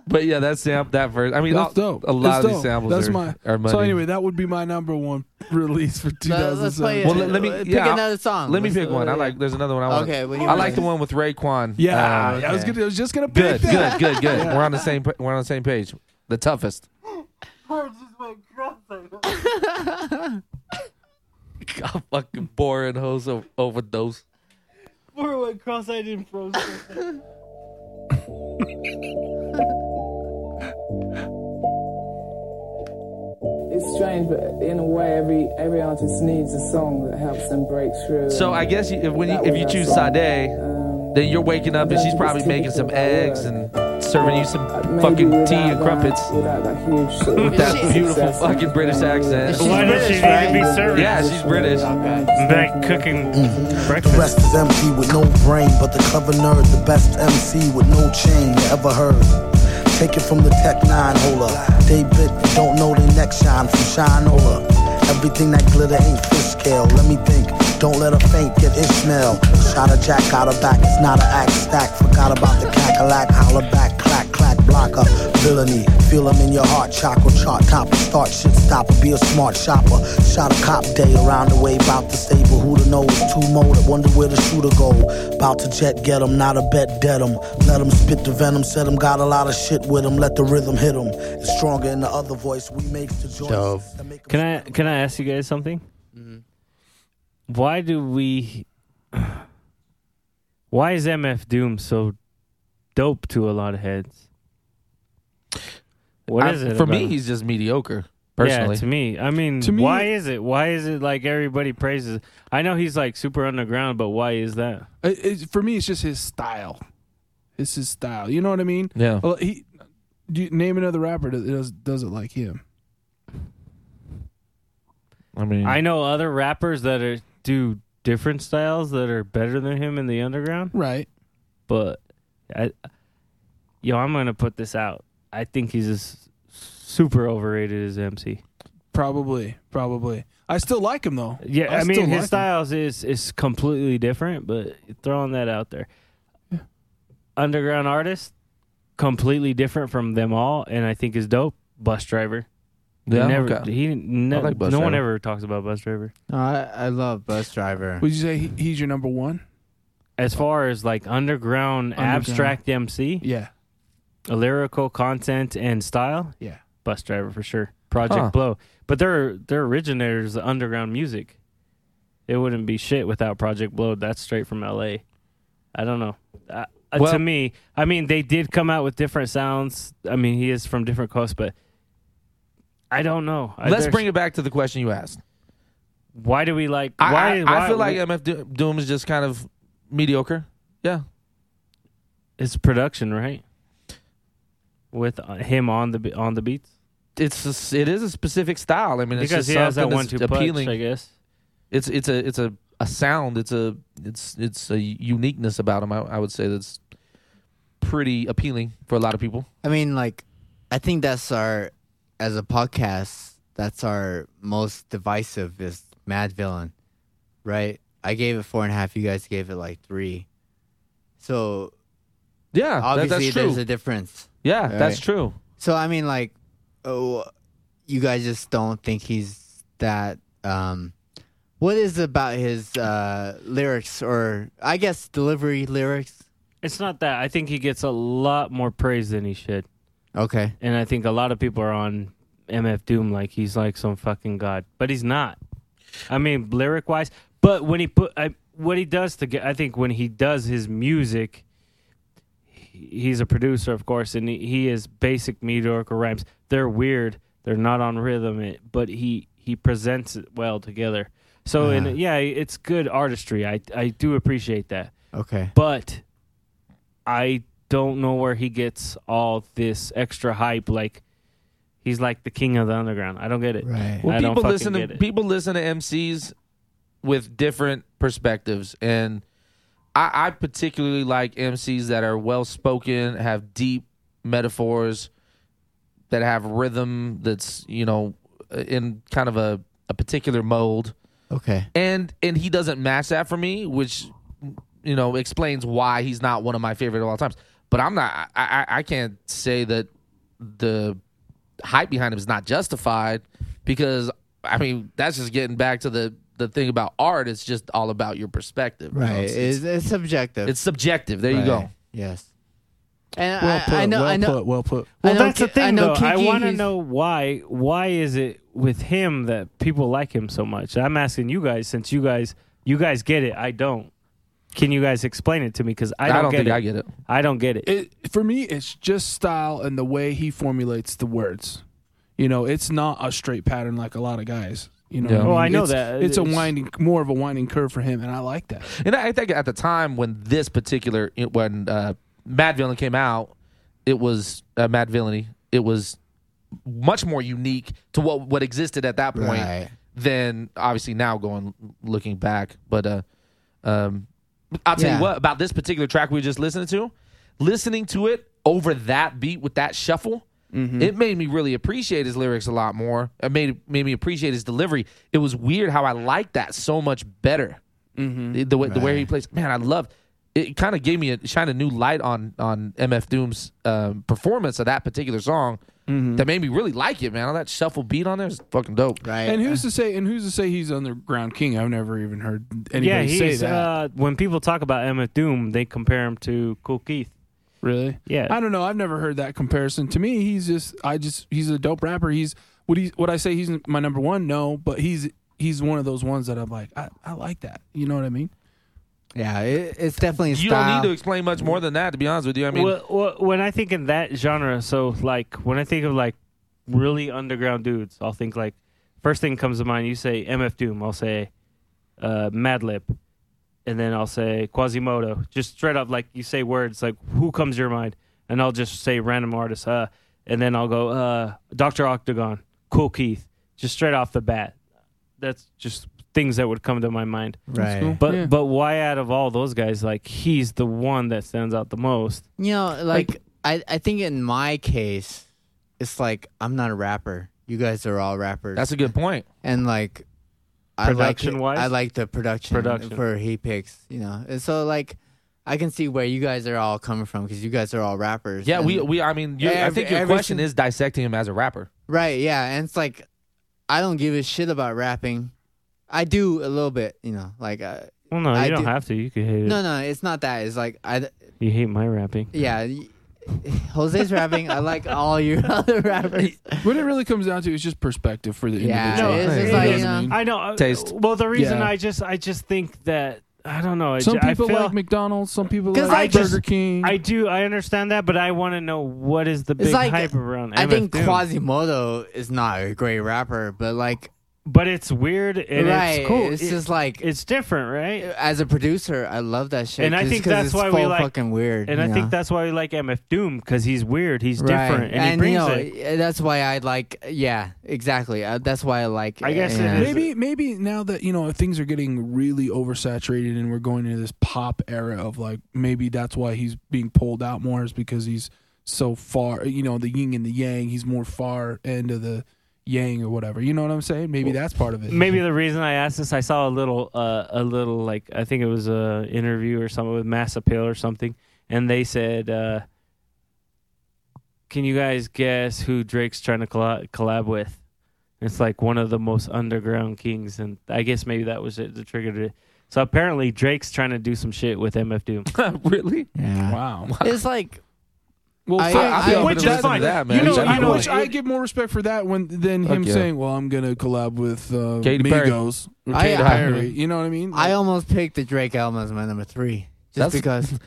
D: But yeah, that sam that verse. I mean,
C: That's
D: a-
C: dope.
D: a lot
C: That's
D: of these
C: dope.
D: samples
C: That's
D: are,
C: my,
D: are money.
C: So anyway, that would be my number one release for
B: Let- Let's play
C: 2007.
B: it.
D: Well, let- let me-
B: Pick
D: yeah,
B: another song.
D: Let me
B: Let's- uh,
D: pick one. I like. There's another one. I want.
B: Okay, what do you
D: I
B: want?
D: like the one with Raekwon.
C: yeah,
D: Uh,
C: I was
B: okay.
C: gonna, I was just gonna pick
D: good,
C: that.
D: good, good, good. We're on the same. pa- We're on the same page. The toughest. God, fucking boring hoes o- overdose.
I: It's strange, but in a way, every every artist needs a song that helps them break through.
D: So I
I: and,
D: guess you, if, when you,
I: That
D: if
I: was
D: you
I: our
D: choose
I: song.
D: Sade,
I: um,
D: then you're waking up and she's probably making some eggs and serving you some fucking
I: maybe
D: tea and
I: without
D: crumpets
I: That, without that huge sort of
D: with that
B: She's-
D: beautiful
I: success,
D: fucking British
I: um,
D: accent.
B: She's
F: Why does
B: British,
F: she need to be
B: right?
F: serving?
D: Yeah, she's British.
F: Back cooking
J: The
F: breakfast.
J: rest is empty with no brain, but the clever nerd, the best MC with no chain you ever heard. Take it from the Tech Nine holer. They bit, don't know they neck shine from Shinola. Everything that glitter ain't fish scale. Let me think, don't let her faint, get Ishmael. Shot a jack, got her back, it's not an axe stack. Forgot about the cackalack, holler back, clack, clack, blocker. Villainy, feel 'em in your heart, chakra, chart topper, start shit stopper, be a smart shopper. Shot a cop day around the way, bout to stable, who to know is two more that wonder where the shooter go. Bout to jet get 'em, not a bet dead 'em. Let 'em spit the venom, set 'em, got a lot of shit with 'em. let the rhythm hit 'em. It's stronger in the other voice, we makes the joints.
B: Dope.
J: that make 'em
F: Can I can I ask you guys something? Why do we? Why is MF Doom so dope to a lot of heads? What
D: I-
F: is it
D: For
F: about
D: me,
F: him?
D: he's just mediocre. Personally,
F: Yeah, to me. I mean,
C: To me-
F: why is it? Why is it like everybody praises? I know he's like super underground, but why is that?
C: Uh, It- it's- for me, it's just his style. It's his style. You know what I mean?
D: yeah.
F: Oh,
C: Well, he do you name another rapper that does does it like him.
D: I mean,
F: I know other rappers that are do different styles that are better than him in the underground,
C: Right.
F: but I, yo, I'm gonna put this out. I think he's just super overrated as MC.
C: Probably. Probably. I still like him though.
F: Yeah, I,
C: still
F: mean
C: like
F: his
C: him.
F: styles is is completely different, but throwing that out there. Underground artist, completely different from them all, and I think is dope. Bus driver. They
D: yeah,
F: never,
D: okay.
F: He ne-
D: I like Bus
F: no one
D: Driver.
F: ever talks about bus driver.
B: No, I, I love Bus Driver.
C: Would you say he, he's your number one?
F: As far as like underground,
C: Underground.
F: abstract MC,
C: Yeah.
F: lyrical content and style,
C: Yeah.
F: bus driver for sure. Project
D: Huh.
F: Blow, but they're they're originators of underground music. It wouldn't be shit without Project Blow. That's straight from L.A. I don't know. Uh, uh,
D: Well-
F: to me, I mean, they did come out with different sounds. I mean, he is from different coasts, but I don't know. I-
D: Let's
F: there's-
D: bring it back to the question you asked.
F: Why do we like?
D: I,
F: why,
D: I,
F: why-
D: I feel like MF Do- Doom is just kind of mediocre. Yeah,
F: it's production, right? With uh, him on the be- on the beats.
D: it's a s it is a specific style. I mean, it's
F: because
D: just
F: he has that
D: something
F: one
D: that's
F: two
D: appealing.
F: punch, I guess.
D: It's it's a it's a, a sound. It's a it's it's a uniqueness about him. I, I would say that's pretty appealing for a lot of people.
B: I mean, like, I think that's our, as a podcast, that's our most divisive is Mad Villain, right? I gave it four and a half. You guys gave it like three. So
D: Yeah, that,
B: obviously,
D: that's true.
B: there's a difference.
D: yeah, that's
B: Right.
D: true.
B: So I mean, like, oh, you guys just don't think he's that. Um, what is it about his uh, lyrics, or I guess delivery lyrics?
F: It's not that. I think he gets a lot more praise than he should,
B: Okay,
F: and I think a lot of people are on MF Doom like he's like some fucking god, but he's not. I mean, lyric wise, but when he put I, what he does to get, I think when he does his music, he- he's a producer, of course, and he, he is basic mediocre rhymes. They're weird. They're not on rhythm, it, but he he presents it well together. So,
B: Uh-huh.
F: and yeah, it's good artistry. I I do appreciate that
B: okay,
F: but I don't know where he gets all this extra hype. Like he's like the king of the underground. I don't get it.
B: right.
F: I
D: Well,
F: don't
D: people
F: fucking
D: listen to
F: get it.
D: people listen to MCs with different perspectives, and I, I particularly like MCs that are well spoken, have deep metaphors, that have rhythm. That's you know in kind of a, a particular mold,
B: okay,
D: and and he doesn't match that for me, which you know explains why he's not one of my favorite of all times. But I'm not. I I, I can't say that the hype behind him is not justified because I mean that's just getting back to the the thing about art. It's just all about your perspective. you know?
B: right.
D: It's,
B: It's, it's, subjective.
D: it's subjective. There you
B: Right.
D: go.
B: Yes. And
C: Well
B: I,
C: put.
B: I know.
C: well
B: I know.
C: put. Well put.
F: well,
B: I know
F: that's the
B: Ki- I
F: thing,
B: know
F: though. I
B: Kiki,
F: want to
B: he's-
F: know why. Why is it with him that people like him so much? I'm asking you guys, since you guys you guys get it. I don't. Can you guys explain it to me? Because I
D: I
F: don't,
D: don't,
F: get
D: think
F: it.
D: I get it.
F: I don't get it.
C: It, for me, it's just style and the way he formulates the words. You know, it's not a straight pattern like a lot of guys. You know,
D: Yeah.
C: what
F: Oh, I
C: mean?
F: know
C: It's-
F: that.
C: It's, a
F: It's-
C: winding, more of a winding curve for him, and I like that.
D: And I think at the time when this particular when uh, Mad Villain came out, it was uh, Mad Villainy. It was much more unique to what what existed at that point
B: Right.
D: than obviously now going looking back. But uh, um, I'll tell
B: Yeah.
D: you what about this particular track we were just listening to. Listening to it over that beat with that shuffle,
B: Mm-hmm.
D: it made me really appreciate his lyrics a lot more. It made made me appreciate his delivery. It was weird how I liked that so much better
B: Mm-hmm.
D: the, the way the way he plays. Man, I love. It kind of gave me a shine a new light on on MF Doom's um, performance of that particular song that made me really like it, man. All that shuffle beat on there is fucking dope.
B: Mm-hmm. Right.
C: And who's to say? And who's to say he's underground king? I've never even heard
F: yeah,
C: anybody say
F: he's.
C: that.
F: Uh, when people talk about Emma Doom, they compare him to Cool Keith.
C: really?
F: Yeah,
C: I don't know. I've never heard that comparison. To me, he's just. I just. He's a dope rapper. He's. Would he? Would I say he's my number one? No, but he's. He's one of those ones that I'm like. I, I like that. You know what I mean?
B: yeah, it, it's definitely
D: You
B: style.
D: don't need to explain much more than that, to be honest with you. I mean,
F: well, well, when I think in that genre, so like when I think of like really underground dudes, I'll think like first thing comes to mind. You say MF Doom, I'll say uh, Madlib, and then I'll say Quasimodo. Just straight up, like you say words like who comes to your mind, and I'll just say random artists. Uh, and then I'll go uh, Doctor Octagon, Cool Keith, just straight off the bat. That's just things that would come to my mind.
B: Right.
C: cool.
F: But
C: Yeah.
F: but why out of all those guys, like he's the one that stands out the most.
B: You know, like, I, I think in my case, it's like I'm not a rapper. You guys are all rappers.
D: that's a good point.
B: and like I like it-
F: Production-wise?
B: I like the production,
F: Production.
B: for he picks. You know, and so like I can see where you guys are all coming from because you guys are all rappers.
D: Yeah,
B: and-
D: we we. I mean, you, I
B: Every-
D: think your
B: every
D: question
B: sin-
D: is dissecting him as a rapper.
B: right. Yeah, and it's like I don't give a shit about rapping. I do a little bit, you know, like uh,
F: Well, no, you
B: I
F: don't
B: do-
F: have to. You could hate it.
B: no, no, it's not that. It's like I,
F: You hate my rapping.
B: yeah, y- Jose's rapping. I like all your other rappers.
C: What it really comes down to is just perspective for the
B: Yeah,
C: individual.
B: it's just
C: You know
B: like,
C: what
B: you
C: I mean?
F: I know. uh,
D: Taste.
F: Well, the reason
C: Yeah.
F: I just I just think that I don't know. I
C: Some
F: ju- I
C: people
F: feel-
C: like McDonald's. Some people
B: 'Cause
C: like
B: I
C: Burger
B: just-
C: King.
F: I do. I understand that, but I want to know what is the
B: It's
F: big
B: like-
F: hype around.
B: I
F: MF
B: think
F: Doom.
B: Quasimodo is not a great rapper, but like,
F: but it's weird and
B: right?
F: it's cool.
B: It's
F: It-
B: just like
F: it's different, right?
B: as a producer, I love that shit.
F: And I
B: just
F: think
B: 'cause
F: that's
B: it's
F: why we
B: full
F: like-
B: fucking weird.
F: And I
B: you know?
F: think that's why we like MF Doom because he's weird, he's
B: Right.
F: different, and, he brings
B: you know,
F: it.
B: uh, That's why I like. Yeah, exactly. Uh, that's why I like.
F: I guess it
B: yeah.
F: is-
C: maybe maybe now that you know things are getting really oversaturated and we're going into this pop era of like maybe that's why he's being pulled out more is because he's so far you know the yin and the yang he's more far end of the yang or whatever you know what i'm saying maybe that's part of it
F: Maybe the reason I asked this, I saw a little, uh, a little like I think it was a interview or something with Mass Appeal or something, and they said, uh, "Can you guys guess who Drake's trying to colla- collab with?" It's like one of the most underground kings, and I guess maybe that was it that triggered it. So apparently Drake's trying to do some shit with MF Doom,
D: really?
B: Yeah.
C: wow
B: It's like
C: well
B: I-
C: fuck,
B: I-
C: yeah,
D: open
F: which
D: to
F: is
D: listen to
F: fine.
D: That, man.
C: you know,
F: Which I
C: I,
F: know
C: which
F: it-
C: I give more respect for that when than
D: Fuck
C: him
D: yeah.
C: saying, "Well, I'm gonna collab with uh,
D: Katy Perry.
C: Migos or
B: I-
C: Katy
B: I-
C: Perry." You know what I mean?
B: I almost picked the Drake album as my number three, just
D: That's-
B: because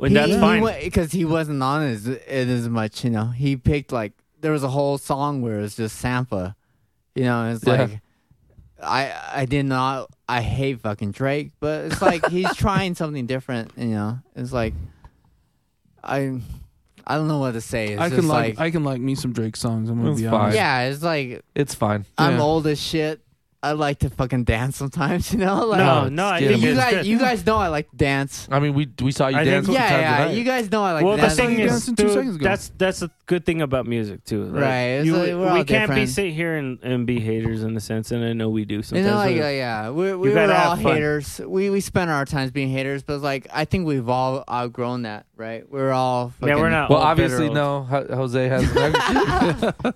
F: and that's fine.
B: because he wasn't on as it as much. You know, he picked like there was a whole song where it was just Sampa. You know, and it's
D: Yeah.
B: like I I did not I hate fucking Drake, but it's like he's trying something different. You know, it's like I I don't know what to say. It's
C: I can
B: just
C: like,
B: like,
C: I can like me some Drake songs. I'm gonna
D: It's
C: be
D: fine.
C: honest.
B: yeah, it's like
D: It's fine.
B: I'm
C: Yeah.
B: old as shit. I like to fucking dance sometimes, you know. Like,
F: no, no, I
D: Yeah,
F: think
B: you
F: it's
B: guys,
F: good.
B: you guys know I like to dance.
D: I mean, we we saw you
F: I think-
D: dance.
B: yeah,
D: sometimes
B: yeah.
D: tonight.
B: You guys know I like
F: well,
B: to
F: the
B: dance.
F: thing
C: You
F: is,
C: danced two
F: dude,
C: seconds ago.
F: that's that's a good thing about music too. Like,
B: Right, it's
F: you-
B: like we're
F: we
B: all
F: can't be
B: different.
F: sit here and, and be haters in a sense, and I know we do
B: you
F: sometimes.
B: know, like,
F: but-
B: like, yeah, we we
F: You
B: were
F: gotta
B: all
F: have fun.
B: haters. We we spent our times being haters, but like I think we've all outgrown that, right? We're all fucking,
F: yeah, we're not.
D: Well,
F: all
D: obviously,
F: bitter.
D: no. Ho- Jose has.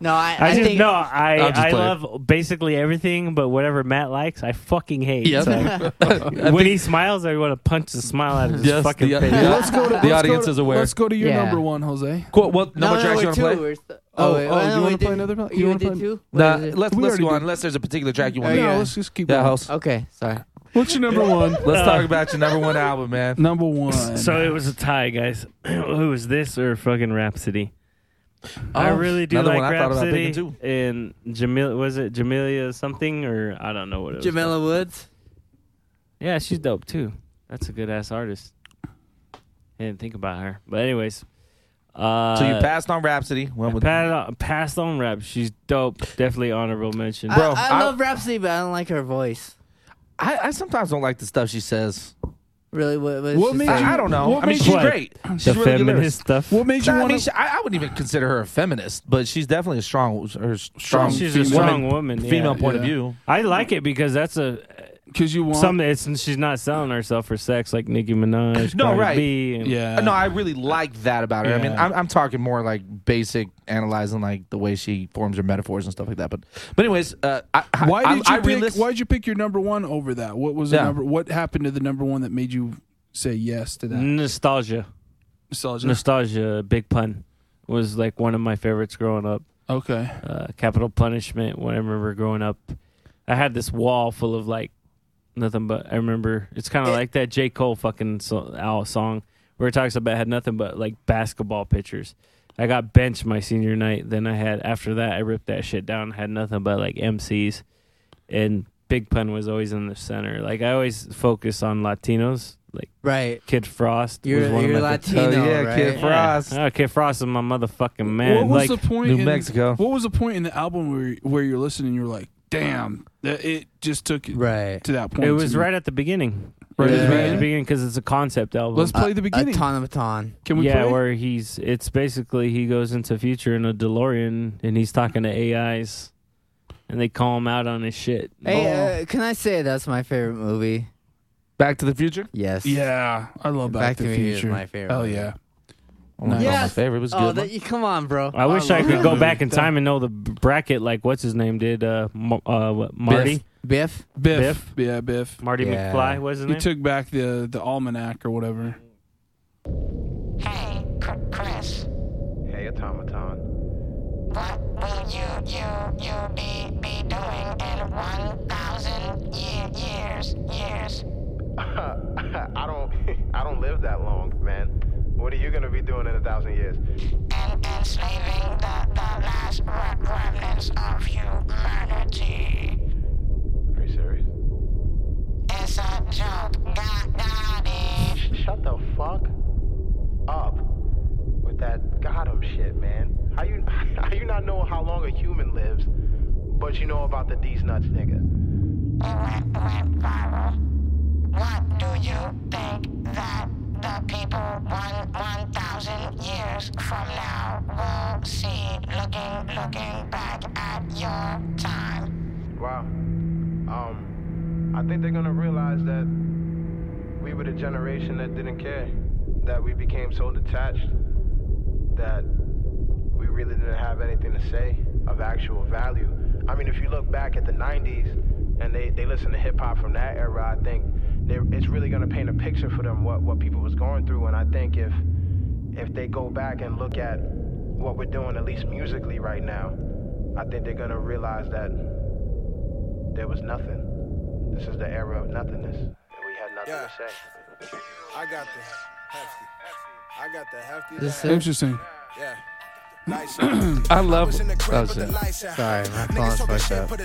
B: No, I,
F: I, just
B: think
F: no. I
D: I'm just
F: I
D: playing.
F: love basically everything, but whatever Matt likes, I fucking hate.
D: Yep.
F: So,
D: I
F: when
D: think-
F: he smiles, I want to punch the smile out of his
D: Yes,
F: fucking
D: the-
F: face.
D: yeah.
C: let's go to
D: The
C: let's
D: audience
C: go to,
D: is aware.
C: Let's go to your
B: Yeah.
C: number one, Jose.
D: Cool. What
B: No,
D: number
B: no,
D: tracks
B: we're
D: you want to
B: two.
D: play?
B: We're st- wait,
C: Oh, oh,
B: wait,
C: do you
B: no, we
C: wanna play
B: did-
C: another pro- you
B: You
C: wanna
B: did
C: play-
B: two? What
D: Nah,
B: is it?
D: let's
C: We
D: let's
C: already
D: go on.
C: did.
D: Unless there's a particular track you want
B: Oh,
D: to
C: No,
B: yeah.
C: let's just keep
D: Yeah,
C: going.
D: house.
B: Okay, sorry.
C: What's your number one?
D: Let's talk about your number one album, man.
C: Number one.
F: So it was a tie, guys. Who was this or fucking Rhapsody? I
D: Oh,
F: really do
D: another
F: like
D: one I thought about
F: Rhapsody.
D: picking, too.
F: and Jamila was it Jamelia something or I don't know what it was.
B: Jamila Woods.
F: Yeah, she's dope too. That's a good ass artist. I didn't think about her, but anyways. Uh,
D: So you passed on Rhapsody. Went with
F: Pat on, passed on rap. She's dope. Definitely honorable mention.
B: I,
D: Bro,
B: I,
D: I-
B: love Rhapsody, but I don't like her voice.
D: I, I sometimes don't like the stuff she says.
B: Really, what? What,
C: What
B: she
C: made
B: say?
C: you-
D: I, I don't know.
C: What
D: I mean,
C: makes
D: she's
F: you-
D: great. She's
F: the
D: really good
F: feminist stuff.
C: What made
D: lyrics.
C: you
D: Nah, I
C: want
D: mean,
C: to?
D: she, I, I wouldn't even consider her a feminist, but she's definitely a strong, her strong,
C: Strong
F: She's a
C: female.
F: strong woman. yeah.
D: female point of
C: Yeah.
D: view.
F: I like it because that's a
C: Because you want.
F: some. It's she's not selling herself for sex like Nicki Minaj.
D: No,
F: Cardi
D: right.
F: B, and-
C: yeah.
D: Uh, no, I really like that about her. I mean,
C: Yeah.
D: I'm, I'm talking more like basic analyzing, like the way she forms her metaphors and stuff like that. But, but anyways, uh, I, I-
C: why did
D: I,
C: you
D: I
C: pick?
D: relist-
C: Why did you pick your number one over that? What was the
D: Yeah.
C: number? What happened to the number one that made you say yes to that?
F: nostalgia.
C: Nostalgia.
F: Nostalgia. Big pun was like one of my favorites growing up.
C: Okay.
F: uh, capital punishment when I remember growing up. I had this wall full of like nothing but I remember it's kind of like that J Cole fucking so, owl song where it talks about had nothing but like basketball pictures. I got benched my senior night. Then I had after that I ripped that shit down. Had nothing but like MCs, and Big Pun was always in the center. Like I always focus on Latinos. Like
B: Right.
F: Kid Frost was
B: You're
F: one
B: you're
F: of my
B: Latino,
D: Oh, yeah,
B: right?
D: kid.
F: Yeah.
D: Frost.
F: Oh, Kid Frost is my motherfucking man.
C: what was
F: like
C: the point?
D: New
C: in,
D: Mexico.
C: What was the point in the album where where you're listening? and You're like, damn, that it just took it
B: Right.
C: to that point.
F: it was
C: to me.
F: right at the beginning.
C: Right
F: It was
B: at the
F: right at the
C: beginning?
F: beginning because it's a concept album.
C: Let's play the
B: A
C: beginning.
B: automaton.
C: Can we
F: yeah,
C: play?
F: where he's it's basically he goes into future in a DeLorean and he's talking to AIs, and they call him out on his shit.
C: Oh.
B: Hey, uh, can I say that's my favorite movie?
D: Back to the Future?
B: Yes.
C: yeah, I love Back,
B: Back
C: to
B: to
C: the
B: Me is
C: Future.
B: my favorite.
C: Hell yeah.
D: Oh, my
C: Nice.
D: God, my
B: Yes.
D: favorite It was
B: Oh,
D: good.
B: that, you, come on, bro.
F: I wish I,
B: love
F: could
B: that
F: go
B: movie.
F: back in time and know the b- bracket like what's his name did uh, Mo- uh what, Marty
B: Biff.
C: Biff. Yeah, Biff.
F: Marty
B: Yeah.
F: McFly wasn't
C: He
F: it?
C: took back the the almanac or whatever.
H: Hey, Cr- Chris.
K: automaton.
L: What will you, you, you be, be doing in 1,000 ye- years, years?
K: I don't I don't live that long, man. What are you gonna be doing in a thousand years?
L: And enslaving the, the last re- remnants of humanity?
K: Are you serious?
L: It's a joke. Got, got it.
K: Shut the fuck up with that goddamn shit, man. How you how you not know how long a human lives, but you know about the D's nuts, nigga?
L: It went, went viral. What do you think that the people one 1,000 years from now will see looking, looking back at your time?
K: Wow. Um, I think they're gonna realize that we were the generation that didn't care, that we became so detached, that we really didn't have anything to say of actual value. I mean, if you look back at the '90s and they they listen to hip hop from that era, I think they, it's really gonna paint a picture for them what what people was going through. And I think if if they go back and look at what we're doing, at least musically right now, I think they're gonna realize that there was nothing. This is the era of nothingness. We had nothing to say.
M: I got the hefty. I got the hefty.
C: This is- Interesting.
M: Yeah.
C: I love
M: was in the crib, but the lights out.
B: Sorry, my phone's fucked up.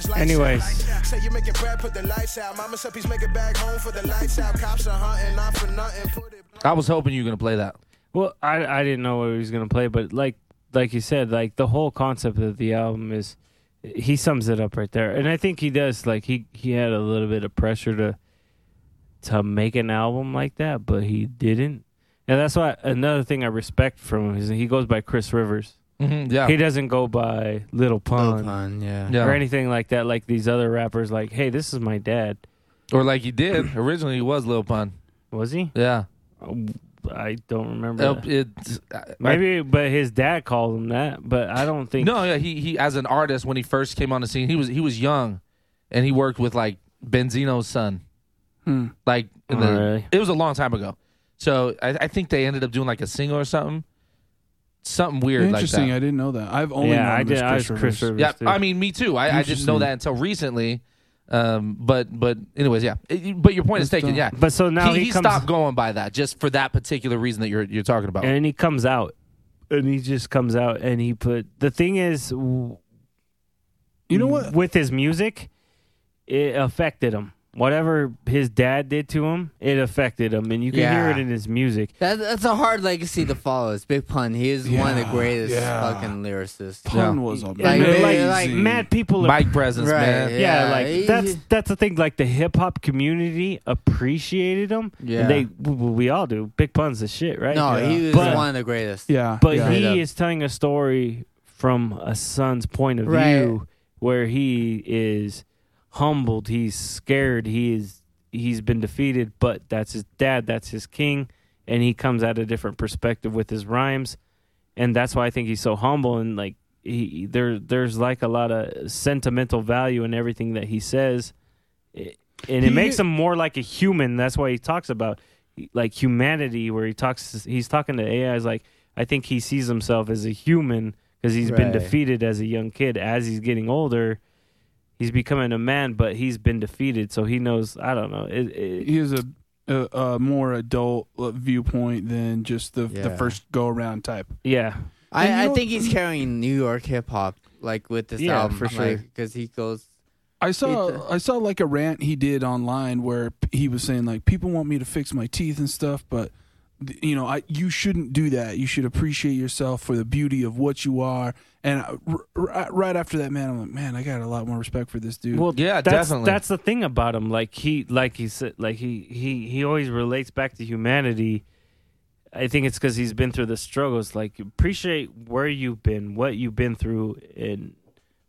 M: Say you making bread, put the lights out. Mama said he's making back home for the lights out. Cops are hunting, not for nothing. Put it
D: I was hoping you were gonna play that.
F: Well, I I didn't know what he was gonna play, but like like you said, like the whole concept of the album is he sums it up right there, and I think he does. Like he he had a little bit of pressure to to make an album like that, but he didn't, and that's why another thing I respect from him is he goes by Chris Rivers.
D: Mhm, yeah.
F: he doesn't go by Little Pun,
B: Pun, yeah.
D: Yeah.
F: or anything like that. Like these other rappers, like hey, this is my dad,
D: or like he did originally. He was Lil Pun.
F: Was he?
D: Yeah. Oh.
F: I don't remember.
D: Uh,
F: that.
D: it's- I-
F: Maybe, but his dad called him that. But I don't think.
D: No, yeah, he he as an artist when he first came on the scene, he was he was young, and he worked with like Benzino's son.
C: Hmm.
D: Like in the-
F: Oh, really?
D: it was a long time ago. So I, I think they ended up doing like a single or something, something weird
C: Interesting.
D: like
C: I
D: that.
C: didn't know that. I've only
F: Yeah,
C: known
F: I
C: him
F: did-
C: as
F: I was
C: Chris
F: Chris
C: Rivers.
D: yeah, I mean, me too. I, I didn't know
C: Interesting.
D: that until recently. Um, but but anyways, yeah. It- But your point is
F: That's
D: taken.
F: dumb.
D: Yeah.
F: But so now he comes-
D: stopped going by that just for that particular reason that you're you're talking about.
F: And he comes out, and he just comes out, and he put the thing is, w-
C: you know what?
F: With his music, it affected him. Whatever his dad did to him, it affected him, and you can hear
B: Yeah.
F: it in his music.
B: That, that's a hard legacy to follow. It's Big Pun. He is one of the
C: Yeah,
B: greatest
C: yeah.
B: fucking lyricists.
C: Pun was amazing.
F: And they're like, like
C: Amazing.
F: mad people, are,
D: Mic presence,
B: Right,
D: man.
F: yeah,
B: yeah,
F: like
B: he-
F: that's that's the thing. Like the hip hop community appreciated him. and
B: Yeah.
F: they w- we all do. Big Pun's the shit, right?
B: No,
C: Yeah.
B: he was
F: But-
B: one of the greatest.
C: Yeah.
F: But
C: yeah.
F: he
B: Straight up.
F: is telling a story from a son's point of
B: Right.
F: view where he is humbled, he's scared, he is he's been defeated, but that's his dad, that's his king, and he comes at a different perspective with his rhymes. And that's why I think he's so humble and like he there there's like a lot of sentimental value in everything that he says. It- And it
C: He-
F: makes him more like a human. That's why he talks about like humanity where he talks he's talking to AI is like I think he sees himself as a human because he's been
B: Right.
F: defeated as a young kid as he's getting older he's becoming a man but he's been defeated so he knows I don't know it, it,
C: he has a, a, a more adult uh, viewpoint than just the the
B: Yeah.
C: first go around type.
F: yeah
C: And you
B: I, I
C: know-
B: think he's carrying New York hip hop like with this
F: Yeah,
B: album
F: for sure.
B: because he goes
C: I saw
B: It-
C: I saw like a rant he did online where p- he was saying like people want me to fix my teeth and stuff, but th- you know I you shouldn't do that. You should appreciate yourself for the beauty of what you are. And I- r- r- right after that, man, I'm like, man, I got a lot more respect for this dude.
F: well
D: Yeah,
F: that's,
D: definitely.
F: that's the thing about him like he like he said like he he he always relates back to humanity I think it's because he's been through the struggles like appreciate where you've been what you've been through and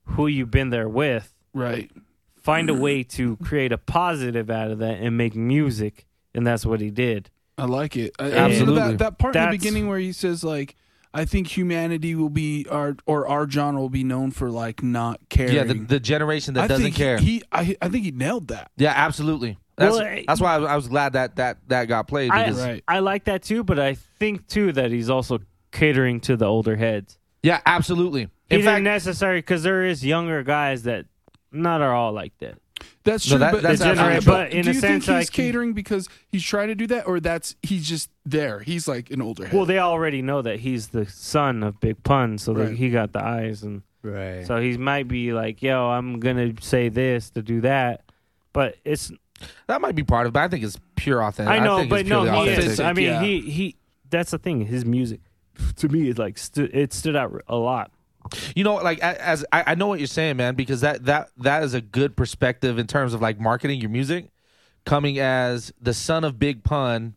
F: who you've been there with
C: right.
F: find a way to create a positive out of that and make music and that's what he did
C: I like it. I,
D: Absolutely.
C: That, that part in the
F: That's-
C: beginning where he says like, I think humanity will be our or our genre will be known for like not caring.
D: Yeah, the, the generation that
C: I
D: doesn't
C: think
D: care.
C: He, I, I think he nailed that.
D: Yeah, absolutely. That's
F: Well, I-
D: that's why I, I was glad that that that got played.
F: I,
D: because-
C: Right.
F: I like that too but i think too that he's also catering to the older heads
D: Yeah, absolutely.
F: It is necessary because there is younger guys that not are all like that.
C: That's true, but,
F: The genera- but in
C: do
F: a
C: you
F: sense,
C: think he's
F: like
C: catering because he's trying to do that, or that's he's just there? He's like an older head.
F: well, they already know that he's the son of Big Pun, so they-
C: Right.
F: he got the eyes, and
B: Right.
F: so he might be like, "Yo, I'm gonna say this to do that," but it's
D: that might be part of. it, But I think it's pure authentic.
F: I know,
D: think it's
F: but no,
D: purely
F: he
D: authentic.
F: is. I mean, he he. That's the thing. His music, to me, it like stu- it stood out a lot.
D: You know, like a- as I, I know what you're saying, man, because that that that is a good perspective in terms of like marketing your music, coming as the son of Big Pun,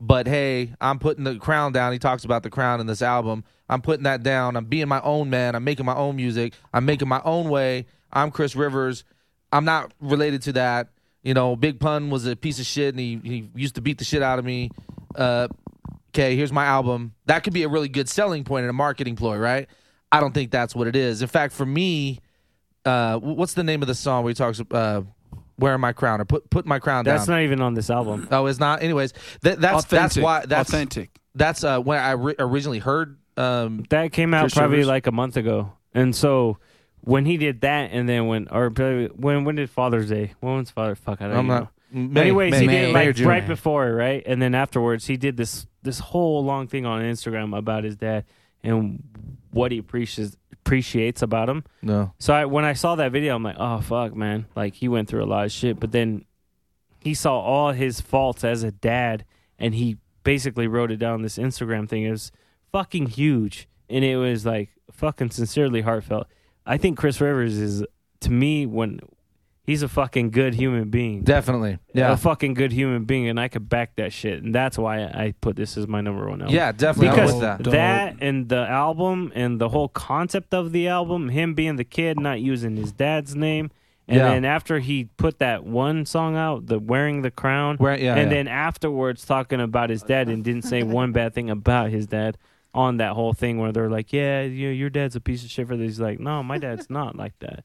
D: but hey, I'm putting the crown down. He talks about the crown in this album. I'm putting that down. I'm being my own man. I'm making my own music. I'm making my own way. I'm Chris Rivers. I'm not related to that. You know, Big Pun was a piece of shit, and he he used to beat the shit out of me. Uh, okay, here's my album. That could be a really good selling point and a marketing ploy, right? I don't think that's what it is. In fact, for me, uh, w- what's the name of the song where he talks uh, wearing my crown or put put my crown
F: That's
D: down?
F: not even on this album.
D: oh, it's not. Anyways, that, that's that's
F: Authentic.
D: why that's
F: Authentic.
D: That's uh, when I ri originally heard. Um,
F: That came out
D: Chris
F: probably
D: Rivers.
F: like a month ago, and so when he did that, and then when or probably- when when did Father's Day? When was Father? Fuck, I don't
D: I'm
F: even
D: not-
F: know.
D: May-
F: Anyways,
D: May-
F: he
D: May
F: did
D: or
F: like
D: June.
F: right before, right, and then afterwards, he did this this whole long thing on Instagram about his dad and what he appreciates appreciates about him.
D: No.
F: So I, when I saw that video, I'm like, oh fuck, man! Like he went through a lot of shit, but then he saw all his faults as a dad, and he basically wrote it down. This Instagram thing It was fucking huge, and it was like fucking sincerely heartfelt. I think Chris Rivers is to me when he's a fucking good human being.
D: Definitely, yeah.
F: a fucking good human being, and I could back that shit, and that's why I put this as my number one album.
D: Yeah, definitely, I'm
F: Because
D: with that.
F: that and the album and the whole concept of the album, him being the kid, not using his dad's name. And
D: Yeah.
F: then after he put that one song out, the wearing the crown,
D: yeah,
F: and
D: yeah.
F: then afterwards talking about his dad and didn't say one bad thing about his dad on that whole thing where they're like, yeah, you your dad's a piece of shit for this. He's like, no, my dad's not like that,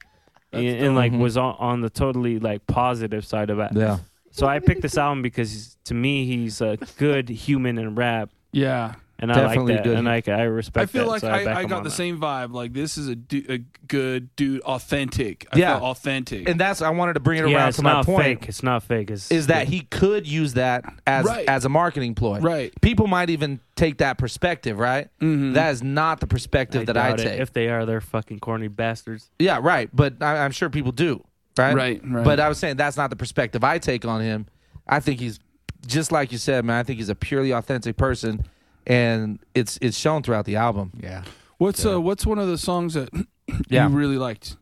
F: and, and, like
D: dope.
F: was on, on the totally like positive side of it.
D: Yeah.
F: So I picked this album because he's- to me he's a good human in rap.
C: Yeah.
F: And I
D: Definitely
F: like that,
D: good.
F: and I, I respect.
C: I feel
F: that,
C: like
F: so I, back
C: I, I
F: him
C: got
F: on
C: the
F: that.
C: same vibe. Like this is a, du- a good dude, authentic. I
D: Yeah.
C: feel authentic.
D: and that's I wanted to bring it
F: yeah,
D: around
F: it's
D: to my
F: not
D: point.
F: fake. It's not fake. It's,
D: is that he could use that as
F: Right.
D: as a marketing ploy.
F: Right.
D: People might even take that perspective, right? That is not the perspective that I
F: doubt it.
D: take.
F: If they are, they're fucking corny bastards.
D: yeah, right. But I, I'm sure people do, right?
C: Right, right.
D: But I was saying that's not the perspective I take on him. I think he's just like you said, man. I think he's a purely authentic person, and it's it's shown throughout the album.
B: Yeah.
C: what's uh, what's one of the songs that
D: Yeah.
C: you really liked?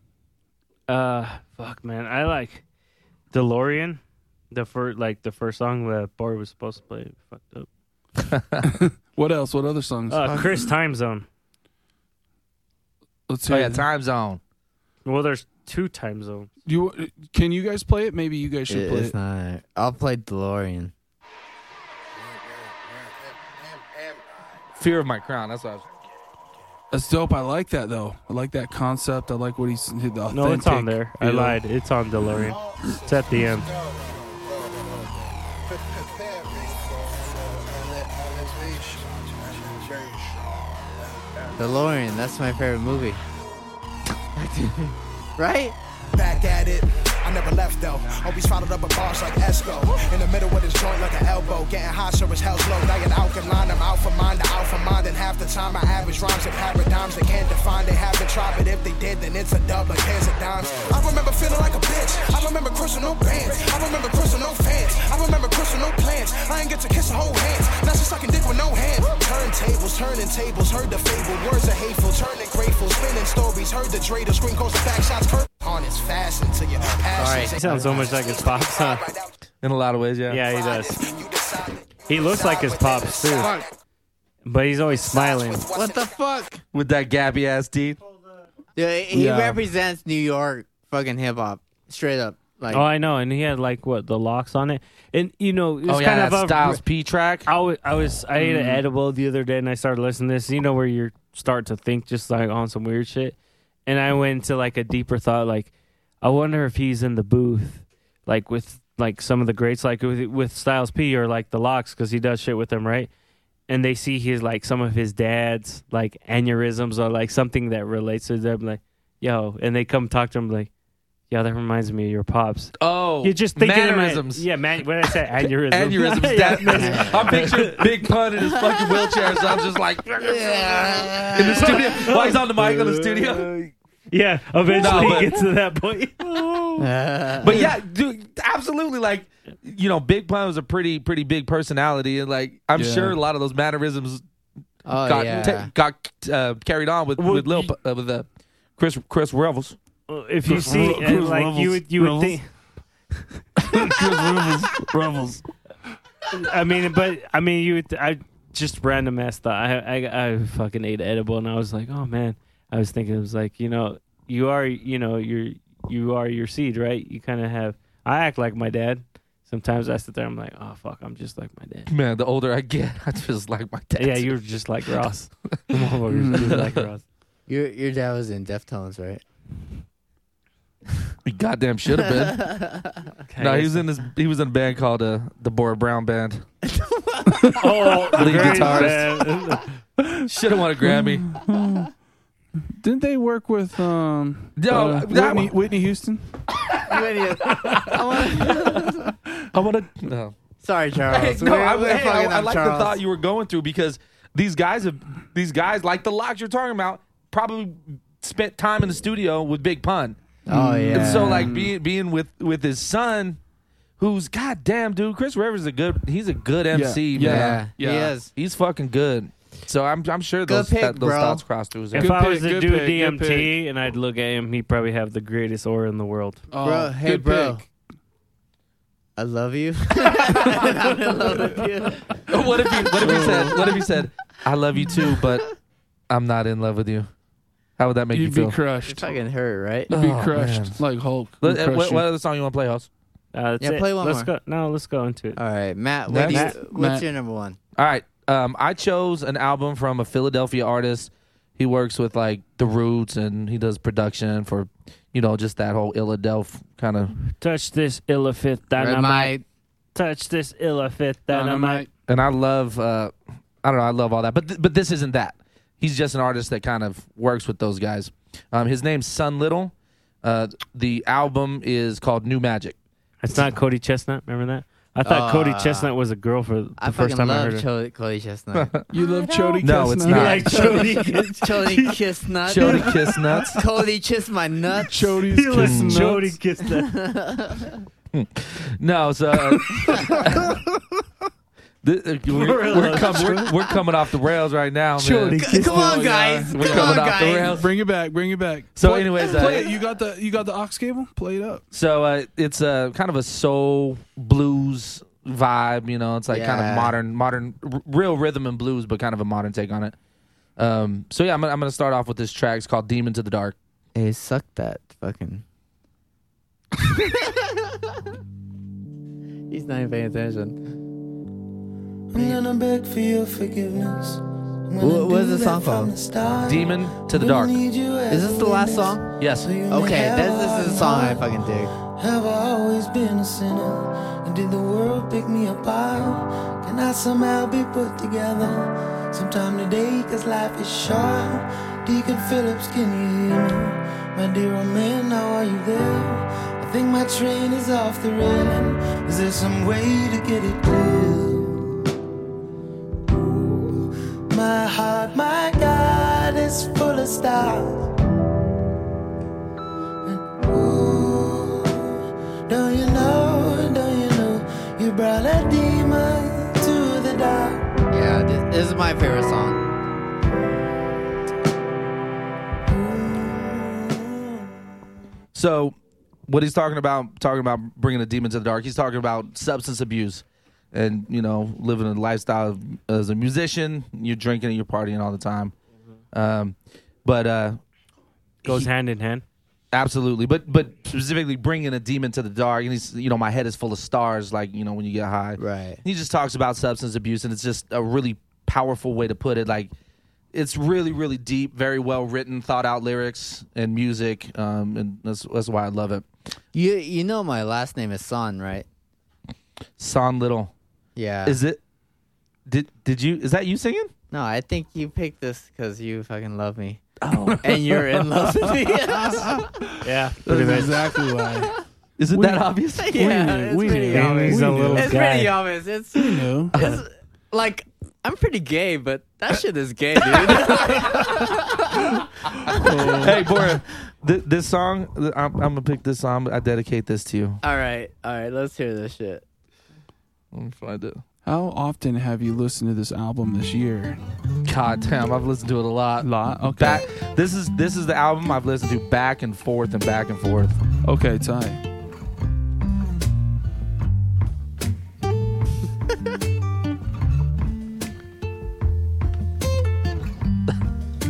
F: Uh, fuck, man. I like DeLorean. The first, like the first song that Bar was supposed to play, fucked up.
C: What else? What other songs?
F: Uh, Chris Time Zone.
C: Let's
D: Oh
C: hear
D: yeah,
C: it.
D: time zone.
F: Well, there's two time zones.
C: Do you can you guys play it? Maybe you guys should
B: It-
C: play
B: it's
C: it.
B: not. I'll play DeLorean.
D: Fear of my crown. That's what I was.
C: That's dope. I like that though. I like that concept. I like what he's the authentic.
F: No, it's on there. I
C: feel.
F: lied. It's on DeLorean. It's at the end.
B: DeLorean. That's my favorite movie. right?
M: Back at it. I never left though. Always followed up with bars like Esco. In the middle of this joint like an elbow. Getting hot so it's hell's low. Diet alkaline. I'm out for mine to out for mine. And half the time I average rhymes and paradigms that can't define. They haven't tried, but if they did, then it's a dub like pairs of dimes. I remember feeling like a bitch. I remember crushing no bands. I remember crushing no fans. I remember crushing no plans. I ain't get to kiss a whole hands. Now she sucking dick with no hand. Turntables, turning tables. Heard the fable. Words are hateful. Turning grateful. Spinning stories. Heard the traitor. Screen calls the back shots. Cur- on his fastened to your
F: He sounds so much like his pops, huh?
D: In a lot of ways, yeah.
F: Yeah, he does. He looks like his pops too, but he's always smiling.
B: What the fuck?
D: With that gappy ass teeth.
B: Yeah, he
F: Yeah.
B: represents New York fucking hip hop, straight up. Like,
F: oh, I know, and he had like what the locks on it, and you know, it's
B: Oh, yeah,
F: kind
B: that
F: of a,
B: Styles
D: P track.
F: I was, I was, I ate an
B: Mm.
F: edible the other day, and I started listening to this. You know, where you start to think just like on some weird shit, and I went to like a deeper thought, like, I wonder if he's in the booth, like with like some of the greats, like with, with Styles P or like the Locks, because he does shit with them, right? and they see his like some of his dad's like aneurysms or like something that relates to them, like yo, and they come talk to him like, yo, that reminds me of your pops.
D: Oh,
F: you're just thinking in my-
D: mannerisms.
F: yeah, man. What did I say? Aneurism.
D: Aneurysms, death. I picture Big Pun in his fucking wheelchair, so I'm just like in the studio while he's on the mic in the studio.
F: Yeah, eventually
D: No,
F: he
D: but-
F: gets to that point.
D: but yeah, dude, absolutely. Like, you know, Big Pun was a pretty, pretty big personality, and like, I'm
B: Yeah.
D: sure a lot of those mannerisms
B: Oh,
D: got
B: yeah.
D: ta- got uh, carried on with with Lil P- uh, with uh, Chris Chris Revels.
F: Well, if you see, uh, like you would, you would think.
C: Revels.
F: I mean, but I mean, you. Would, I just random ass thought. I, I I fucking ate edible, and I was like, oh man. I was thinking it was like you know you are you know you're you are your seed, right? You kind of have. I act like my dad. Sometimes I sit there, I'm like, oh fuck, I'm just like my dad.
D: Man, the older I get, I just like my dad.
F: Yeah, you were just like Ross. Motherfuckers, you were like Ross.
B: Your your dad was in Deftones, right?
D: He goddamn should have been. no, he was in this. He was in a band called uh, the Bora Brown Band.
F: oh,
D: lead
F: great
D: guitarist. should have won a Grammy.
C: Didn't they work with um
D: No,
C: uh,
D: that
C: Whitney,
D: one-
C: Whitney Houston?
D: I want to. No.
B: Sorry, Charles.
D: Hey, no,
B: We're-
D: I,
B: we're
D: hey, I-
B: fucking
D: I
B: up,
D: like the
B: Charles.
D: thought you were going through because these guys have these guys like the locks you're talking about probably spent time in the studio with Big Pun.
B: Oh,
D: And
B: yeah.
D: so like being being with with his son, who's goddamn dude, Chris Rivers is a good. He's a good MC.
B: Yeah.
D: man.
B: Yeah, he is.
D: He's fucking good. So I'm I'm sure
B: Good
D: those
B: pick,
D: that, those
B: bro.
D: thoughts crossed through his head.
F: If I was
C: pick,
F: to
C: good
F: do
C: pick, good
F: DMT and I'd look at him, he'd probably have the greatest aura in the world.
C: Oh,
B: bro, hey,
C: good
B: bro.
C: pick.
B: I love you. I'm in love with you.
D: what if he what if he said what if he said I love you too, but I'm not in love with you. How would that make you
C: You'd be
D: feel?
C: crushed.
B: Fucking hurt, right?
C: You'd be
D: Oh,
C: crushed like Hulk.
D: Let-
C: We'd
D: uh,
C: crush
D: what,
C: you.
D: what other song you want to play, host?
F: Uh, that's
B: Yeah,
F: it.
B: play one
F: let's
B: more. Uh,
F: Go, no, let's go into it.
B: All right, Matt. What do
D: Next.
B: you,
C: Matt.
B: what's your number one?
D: All right. Um, I chose an album from a Philadelphia artist. He works with like the Roots, and he does production for, you know, just that whole Illadelph kind of.
F: Touch this illa fifth dynamite.
B: Mike.
F: Touch this illa fifth dynamite.
C: Dynamite.
D: And I love, uh, I don't know, I love all that. But th- but this isn't that. He's just an artist that kind of works with those guys. Um, his name's Sun Little. Uh, the album is called New Magic.
F: It's not Cody Chestnut. Remember that? I thought
B: Uh,
F: Cody Chestnut was a girl for the
B: I
F: first
B: fucking
F: time I
B: love
F: heard her.
B: Cho- Cody Chestnut.
C: You love Chody
D: No, it's
C: Chestnut?
D: not.
F: You like Cody?
B: Cody Chestnut.
D: Jody Kiss Nuts.
B: Cody Kiss my nuts.
C: Chody's
F: You like
C: Chestnut?
F: Cody Chestnut?
D: No, so uh, the- uh, we're, we're, com- we're, we're coming off the rails right now, man.
C: Jody
B: C- Come on,
C: Oh,
B: guys.
C: yeah.
D: We're
B: Come on,
D: coming off the
B: guys.
D: rails.
C: Bring it back. Bring it back.
D: So
C: Play-
D: anyways, uh,
C: play it. You got the you got the aux cable. Play it up.
D: So uh, it's a kind of a soul blues vibe, you know. It's like kind
B: Yeah.
D: of modern, modern, r- real rhythm and blues, but kind of a modern take on it. Um, so yeah, I'm gonna, I'm gonna start off with this track. It's called "Demons of the Dark."
B: Hey, suck that fucking. He's not even paying attention.
E: I'm gonna beg for your forgiveness. I'm gonna
B: What, what is
E: do
B: the
E: that
B: song
E: from
B: called?
E: the start.
D: Demon to the dark.
E: Need you
B: Is this the last song?
D: Yes.
B: Okay, this, this is a song I fucking dig.
E: Have I always been a sinner? And did the world pick me apart? Can I somehow be put together sometime today? Cause life is short. Deacon Phillips, can you hear me? My dear old man, how are you there? I think my train is off the rail. Is there some way to get it clear? My heart, my God, is full of stars. Don't you know, don't you know, you brought a demon to the dark.
B: Yeah, this, this is my favorite song.
D: So what he's talking about, talking about bringing the demons of the dark. He's talking about substance abuse, and you know, living a lifestyle of, as a musician. You're drinking and you're partying all the time. Um, but uh,
F: Goes hand in hand.
D: Absolutely, but but specifically bringing a demon to the dark, and he's you know my head is full of stars, like you know when you get high.
B: Right.
D: He just talks about substance abuse, and it's just a really powerful way to put it. Like it's really really deep, very well written, thought out lyrics and music, um, and that's that's why I love it.
B: You you know my last name is Son, right?
D: Son Little,
B: Yeah.
D: is it? Did did you? Is that you singing?
B: No, I think you picked this because you fucking love me. Oh. and you're in love with me.
F: yeah,
C: That's exactly why.
D: Is it
C: We-
D: that obvious?
B: Yeah,
C: knew,
B: it's
C: we
B: pretty
C: knew,
B: obvious.
C: we knew.
B: it's pretty obvious. It's,
C: You know.
B: it's like I'm pretty gay, but that shit is gay, dude.
D: hey, Bora, th- this song, th- I'm, I'm gonna pick this song. I dedicate this to you.
B: all right, all right, let's hear this shit.
D: Let me find it.
C: How often have you listened to this album this year?
D: God damn, I've listened to it a lot.
C: Lot. Okay.
D: Back, this is this is the album I've listened to back and forth and back and forth.
C: Okay, Ty.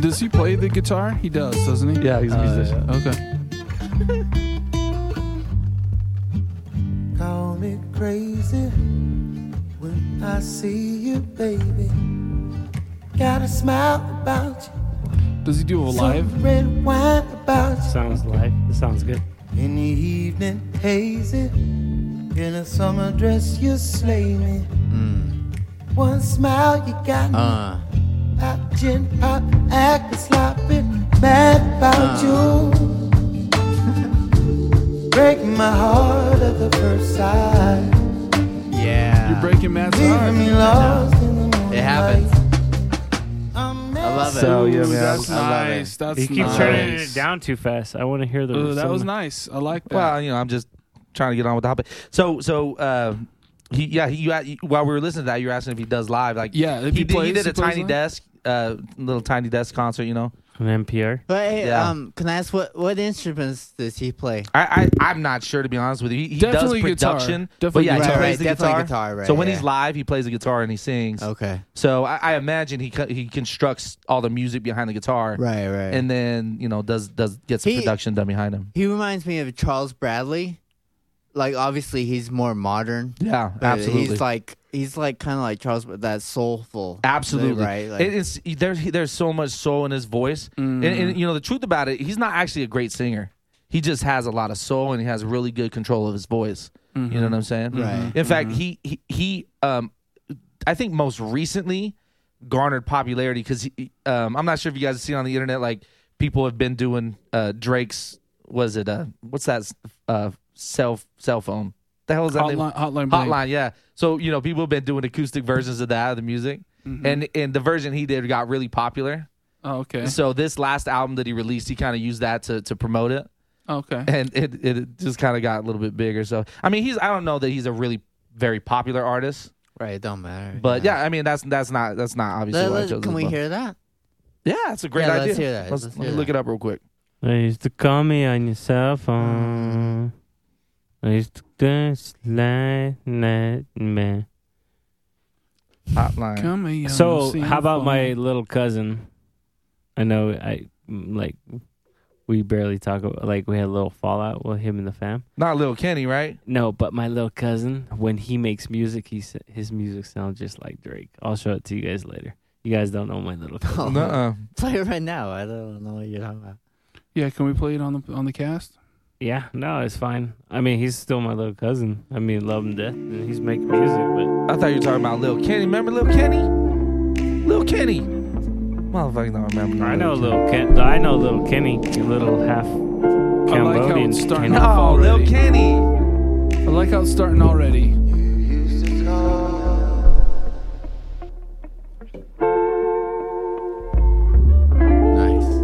C: does he play the guitar? He does, doesn't he? Uh,
D: Yeah, he's a musician.
C: Okay.
N: Call me crazy when I see you, baby. Got a smile about you.
C: Does he do a live?
N: some Red wine about you.
F: Sounds live. This sounds good.
N: In the evening, hazy. In a summer dress, you slay me. One smile, you got me.
B: Mm. Uh,
N: Pop gin, pop, acting sloppy. Mad about
B: Uh.
N: you. Break my heart at the first sight.
B: yeah.
C: You're breaking Matt's
N: Leaving me
C: heart.
N: lost in the
B: It happens.
N: I'm
B: I love it.
D: So yeah, man, I-
C: That's
D: I, love it.
C: nice. That's
F: You keep
C: nice.
F: turning it down too fast. I want to hear the.
C: Ooh, that
F: some-
C: was nice. I like that.
D: Well, Uh, you know, I'm just trying to get on with the topic. So, so, uh, he, yeah, he, you, you- while we were listening to that, you were asking if he does live. Like,
C: Yeah, if
D: he,
C: he
D: did,
C: plays,
D: he did
C: he
D: a
C: plays
D: tiny
C: live.
D: desk, uh, little tiny desk concert. You know,
F: An NPR.
B: But hey,
D: Yeah.
B: um, can I ask what what instruments does he play?
D: I, I, I'm not sure to be honest with you. He, he does
C: Definitely guitar.
D: production,
C: Definitely
D: but yeah,
B: guitar.
D: he plays
B: Right,
D: the
B: definitely
D: guitar.
B: guitar, right,
D: so when
B: yeah.
D: he's live, he plays the guitar and he sings.
B: Okay.
D: So I, I imagine he co- he constructs all the music behind the guitar,
B: Right, right.
D: and then you know does does gets
B: He-
D: the production done behind him.
B: he reminds me of Charles Bradley. Like obviously he's more modern.
D: Yeah,
B: but
D: absolutely.
B: He's like he's like kind of like Charles, but that soulful.
D: Absolutely
B: right. Like,
D: it is there's there's so much soul in his voice, and,
B: Mm.
D: and you know the truth about it, he's not actually a great singer. He just has a lot of soul, and he has really good control of his voice. You know what I'm saying?
B: Mm-hmm. Right.
D: In fact, he he, he um, I think most recently garnered popularity because um, I'm not sure if you guys have seen on the internet like people have been doing uh Drake's was it uh what's that uh cell cell phone the hell is that name?
C: Hotline, hotline, bling.
D: Hotline, Ah, yeah. So you know, people have been doing acoustic versions of that of the music, and and the version he did got really popular.
C: Oh, okay.
D: So this last album that he released, he kind of used that to to promote it,
C: Okay.
D: and it it just kind of got a little bit bigger. So I mean, he's I don't know that he's a really very popular artist,
B: right. It don't matter.
D: but yeah, I mean that's that's not that's not obviously.
B: Let-
D: why I
B: let-
D: chose
B: can
D: this
B: we
D: one.
B: hear that?
D: Yeah, it's a great
B: Yeah,
D: idea.
B: let's hear that.
D: Let's,
B: Let's
D: let me
B: hear
D: look
B: that.
D: it up real quick.
F: They used to call me on your cell phone. They used to dance like that, man.
D: Hotline.
C: Come here,
F: So,
C: sing
F: how about
C: for
F: my
C: me.
F: little cousin? I know I like we barely talk about like we had a little fallout with him and the fam.
D: Not Lil Kenny, right?
F: No, but my little cousin, when he makes music, he s- his music sounds just like Drake. I'll show it to you guys later. You guys don't know my little
D: Oh.
F: cousin.
D: Nuh-uh.
B: Oh, Play it right now. I don't know what you're talking about.
C: Yeah, can we play it on the on the cast?
F: Yeah, no, it's fine. I mean, he's still my little cousin. I mean, love him to death, and he's making music, but
D: I thought you were talking about Lil Kenny. Remember Lil Kenny? Lil Kenny. Motherfucker, don't remember.
F: I know little Ken. I know little Kenny, a little half Cambodian.
C: like how it's starting
F: Kenny.
C: off.
D: Oh, Lil
C: already.
D: Kenny.
C: I like how it's starting already.
B: Nice.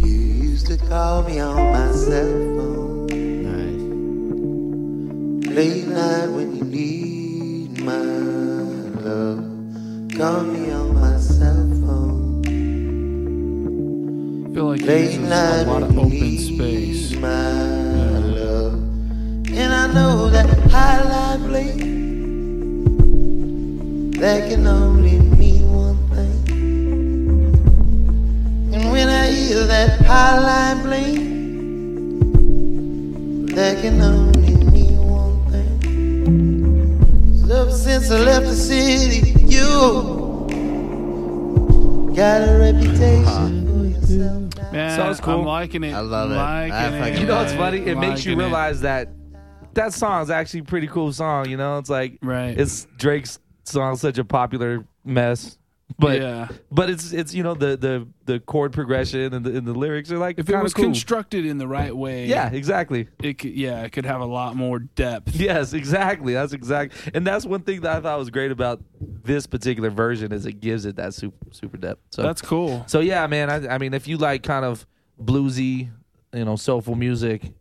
N: used to call me on my cell phone
B: Nice.
N: late night when you need my love. Call me on my cell phone
C: I feel like he
N: late
C: uses a
N: night
C: lot
N: when
C: of
N: you
C: open
N: need
C: space.
N: my love. And I know that highlight play that can only mean one thing. And when I hear that highlight play. That can only mean one thing. Ever since I left the city, you got a reputation for yourself.
C: Man,
D: so it's cool.
C: I'm liking it. I love it. Liking I fucking it.
D: You know what's funny? It makes you
C: Liking it.
D: realize that that song's actually a pretty cool song. You know, it's like
C: right.
D: It's Drake's song, such a popular mess. But
C: Yeah.
D: but it's it's you know the the the chord progression and the, and the lyrics are like
C: If it
D: kinda
C: was
D: cool.
C: constructed in the right way,
D: Yeah, exactly.
C: It could, yeah, it could have a lot more depth.
D: Yes, exactly. That's exact, and that's one thing that I thought was great about this particular version is it gives it that super super depth. So
C: That's cool.
D: So yeah, man. I, I mean, if you like kind of bluesy, you know, soulful music,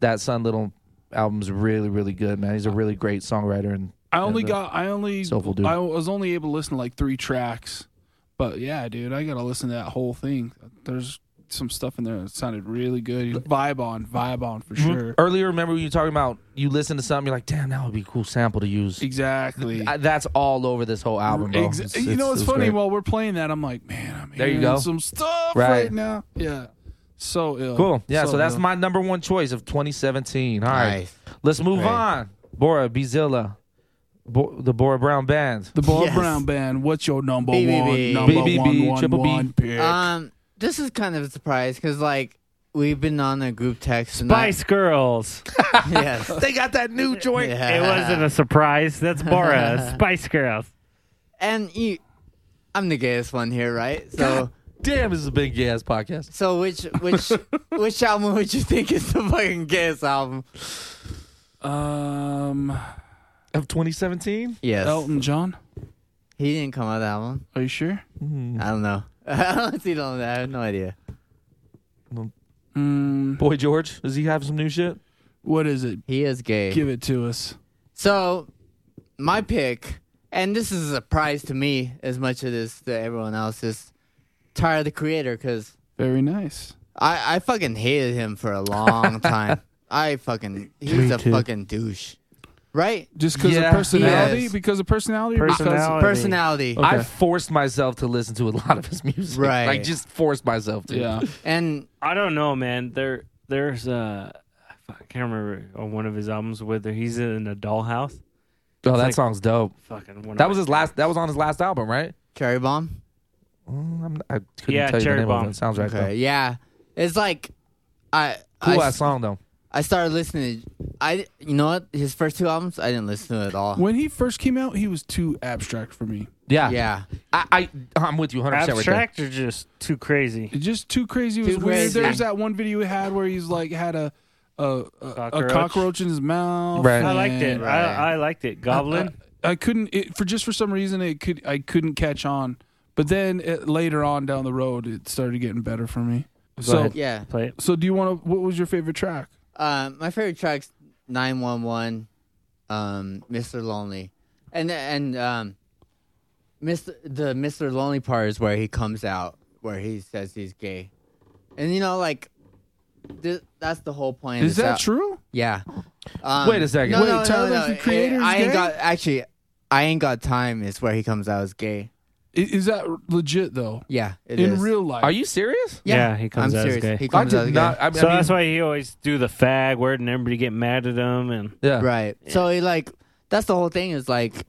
D: that Sun Little album's really really good, man. He's a really great songwriter, and
C: I only
D: and, uh,
C: got, I only,
D: Soulful dude.
C: I was only able to listen to like three tracks, but yeah, dude, I gotta listen to that whole thing. There's some stuff in there that sounded really good. Vibe on, vibe on for sure.
D: Earlier, remember when you were talking about you listen to something, you're like, damn, that would be a cool sample to use.
C: E- Exactly.
D: that's all over this whole album, bro.
C: Ex-
D: It's-
C: you know what's
D: it's
C: funny?
D: great.
C: While we're playing that, I'm like, man, I'm
D: There you
C: hearing
D: go.
C: some stuff
D: Right.
C: right. now. Yeah, so ill.
D: Cool. Yeah, so, that's
C: ill.
D: my number one choice of 2017. All right.
C: Nice.
D: Let's move
C: Great.
D: on. Bora Bizilla. Bo- the Bora Brown Band.
C: the Bob Brown Band. What's your number one?
D: BBB.
C: Number
D: BBB,
C: one, one,
D: triple B. Uh,
C: one pick.
B: Um, this is kind of a surprise because like we've been on a group text. and I-
F: Spice Girls.
B: yes.
D: they got that new joint.
F: It wasn't a surprise. That's Bora. Spice Girls.
B: And you, I'm the gayest one here, right? So
D: damn, this is a big gay ass podcast.
B: So which which which album would you think is the fucking gayest album?
C: Um,
D: of 2017.
B: Yes.
C: Elton John.
B: He didn't come out with that one.
C: Are you sure? Mm.
B: I don't know. I don't see it on that. I have no idea.
D: Boy George, does he have some new shit?
C: Mm, What is it?
B: He is gay.
C: Give it to us.
B: So, my pick, and this is a surprise to me as much as it is to everyone else, is Tyler the Creator because
C: Very nice.
B: I, I fucking hated him for a long time. I fucking he's
C: Me
B: a
C: too.
B: fucking douche, right?
C: Just because
D: Yeah.
C: of personality?
B: Yes.
C: Because of personality? or
B: Personality.
C: Because
B: Personality.
D: I
B: Okay.
D: forced myself to listen to a lot of his music.
B: Right.
D: Like just forced myself to.
B: And
F: I don't know, man. There, there's uh, I can't remember on one of his albums whether he's in a dollhouse.
D: Oh, that
F: like
D: song's dope.
F: fucking one of
D: That
F: my-
D: was his last. That was on his last album, right?
B: Cherry Bomb.
D: Mm, I'm, I couldn't
F: Yeah,
D: tell you
F: Cherry
D: the name of
F: Bomb.
D: it. it. Sounds right.
B: Okay,
D: though.
B: yeah, it's like I
D: Cool
B: I,
D: ass song though.
B: I started listening. To, I you know what his first two albums I didn't listen to at all.
C: When he first came out, he was too abstract for me.
D: Yeah,
B: yeah.
D: I, I I'm with you 100 percent right there.
F: Abstract or just too crazy?
C: Just too crazy. It was
F: Too
C: weird.
F: crazy.
C: There's that one video he had where he's like had a a, a, cockroach.
F: Cockroach.
C: a cockroach in his mouth.
F: Right. I liked it.
C: and-
F: I- I liked it.
D: Uh,
F: Goblin?
C: I, I couldn't it, for just for some reason it could I couldn't catch on. But then it, later on down the road, it started getting better for me.
B: Go
C: So
B: ahead. Yeah.
F: play it.
C: So do you want to? What was your favorite track?
B: Uh, my favorite tracks 911, um, Mr. Lonely. And and um Mr. the Mr. Lonely part is where he comes out where he says he's gay. And you know like th- that's the whole point. of
C: Is
B: this
C: that
B: al-
C: true?
B: Yeah. Um,
C: Wait a second.
B: No,
C: Wait,
B: no, no,
C: Tyler,
B: no,
C: the
B: it-
C: Creator's
B: I ain't
C: gay?
B: got actually I ain't got time is where he comes out as gay.
C: I- Is, that legit though?
B: Yeah, it
C: in
B: is.
C: real life.
D: Are you serious?
B: Yeah.
F: Yeah, he comes
B: I'm
F: out
B: serious.
F: as gay.
B: He comes I did out as gay. not- I mean-
F: so
B: I mean-
F: that's why he always do the fag word and everybody get mad at him and
D: yeah,
B: Right. So he like that's the whole thing is like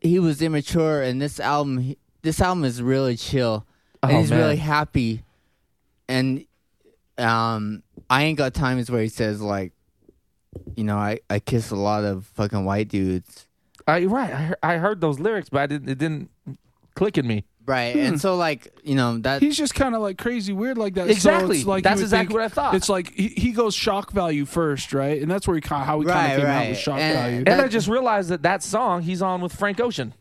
B: he was immature and this album he, this album is really chill and
D: Oh,
B: he's
D: man.
B: really happy and um I ain't got time is where he says like you know I I kiss a lot of fucking white dudes
D: I, you're right. I, heard, I heard those lyrics, but I didn't. It didn't click in me.
B: right and so like you know that
C: Hmm. He's just kind of like crazy weird like that. So
D: Exactly.
C: it's like you
D: That's
C: would
D: exactly
C: think-
D: what I thought.
C: It's like he, he goes shock value first, right? And that's where he kind of how he kind
B: Right,
C: of came
B: right.
C: out with shock
B: And-
C: value.
D: And I just realized that that song he's on with Frank Ocean.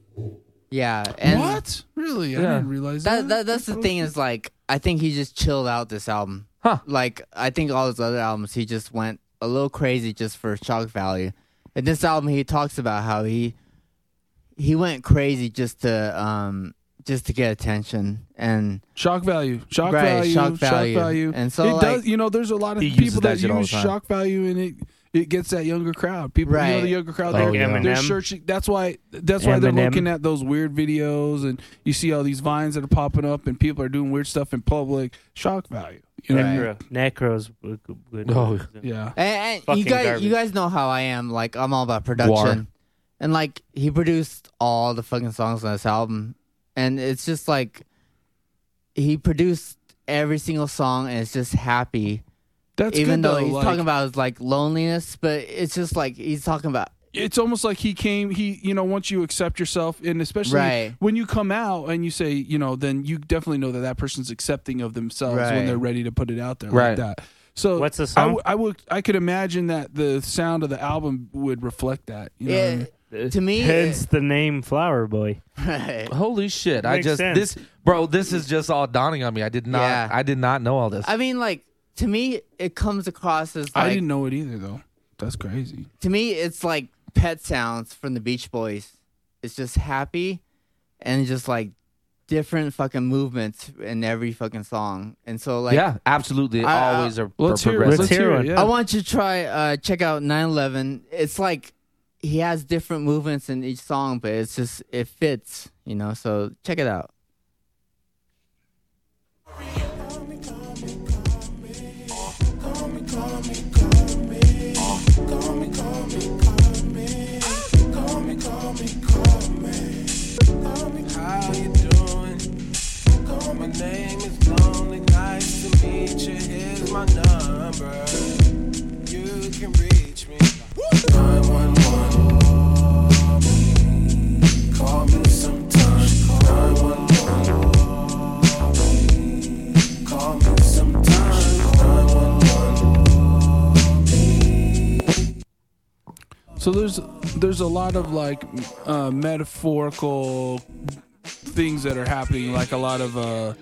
B: yeah and
C: what really? I
B: Yeah.
C: didn't realize
B: that, that that's the thing is like I think he just chilled out this album.
D: Huh.
B: Like I think all his other albums he just went a little crazy just for shock value. And this album he talks about how he he went crazy just to um just to get attention and
C: shock value. Shock
B: Right,
C: value.
B: shock value.
C: And
B: And
C: so
B: so,
C: it
B: like-
C: does. You know, there's a lot of
B: He uses
C: people
B: that
C: that,
B: shit all the
C: use
B: time.
C: shock value, and it it gets that younger crowd. People, you know,
B: Right.
C: the younger crowd.
B: Like
C: they're,
B: Oh, Eminem.
C: they're searching. That's why. That's why they're
F: Eminem.
C: looking at those weird videos, and you see all these vines that are popping up, and people are doing weird stuff in public. Shock value. You know. what I mean?
F: Necro. Necro's good. good-
C: Oh, yeah.
B: And, and
F: Fucking
B: you guys,
F: garbage.
B: you guys know how I am. Like I'm all about production, and like he produced all the fucking songs on this album, and it's just like he produced every single song and it's just happy.
C: That's
B: even
C: good,
B: though,
C: though,
B: he's
C: like-
B: talking about his like loneliness, but it's just like he's talking about
C: it's almost like he came he you know once you accept yourself and especially
B: Right.
C: when you come out and you say you know then you definitely know that that person's accepting of themselves
O: Right.
C: when they're ready to put it out there
O: Right.
C: like that so
F: What's the
C: I,
F: song?
C: w- I would I could imagine that the sound of the album would reflect that you know what I mean?
B: to me,
F: Mm-hmm. hence the name Flower Boy.
D: Holy shit! I
F: Makes
D: just
F: sense.
D: this, bro. This is just all dawning on me. I did not.
B: Yeah.
D: I did not know all this.
B: I mean, like to me, it comes across as
C: I
B: like
C: didn't know it either though that's crazy
B: to me, it's like pet sounds from the Beach Boys. It's just happy and just like different fucking movements in every fucking song. And so like
D: yeah, absolutely.
B: I- I-
D: Always are.
B: Let's
D: are
B: hear it.
D: progressive.
F: Let's hear it, yeah.
B: I want you to try uh check out 911. It's like he has different movements in each song, but it's just it fits, you know. So check it out.
E: How you doing? My name is Lonely. Nice to meet you. Here's my number. You can reach me. 911. Call me sometime. 911. Call me sometime. 911.
C: so there's there's a lot of like uh, metaphorical things that are happening like a lot of uh,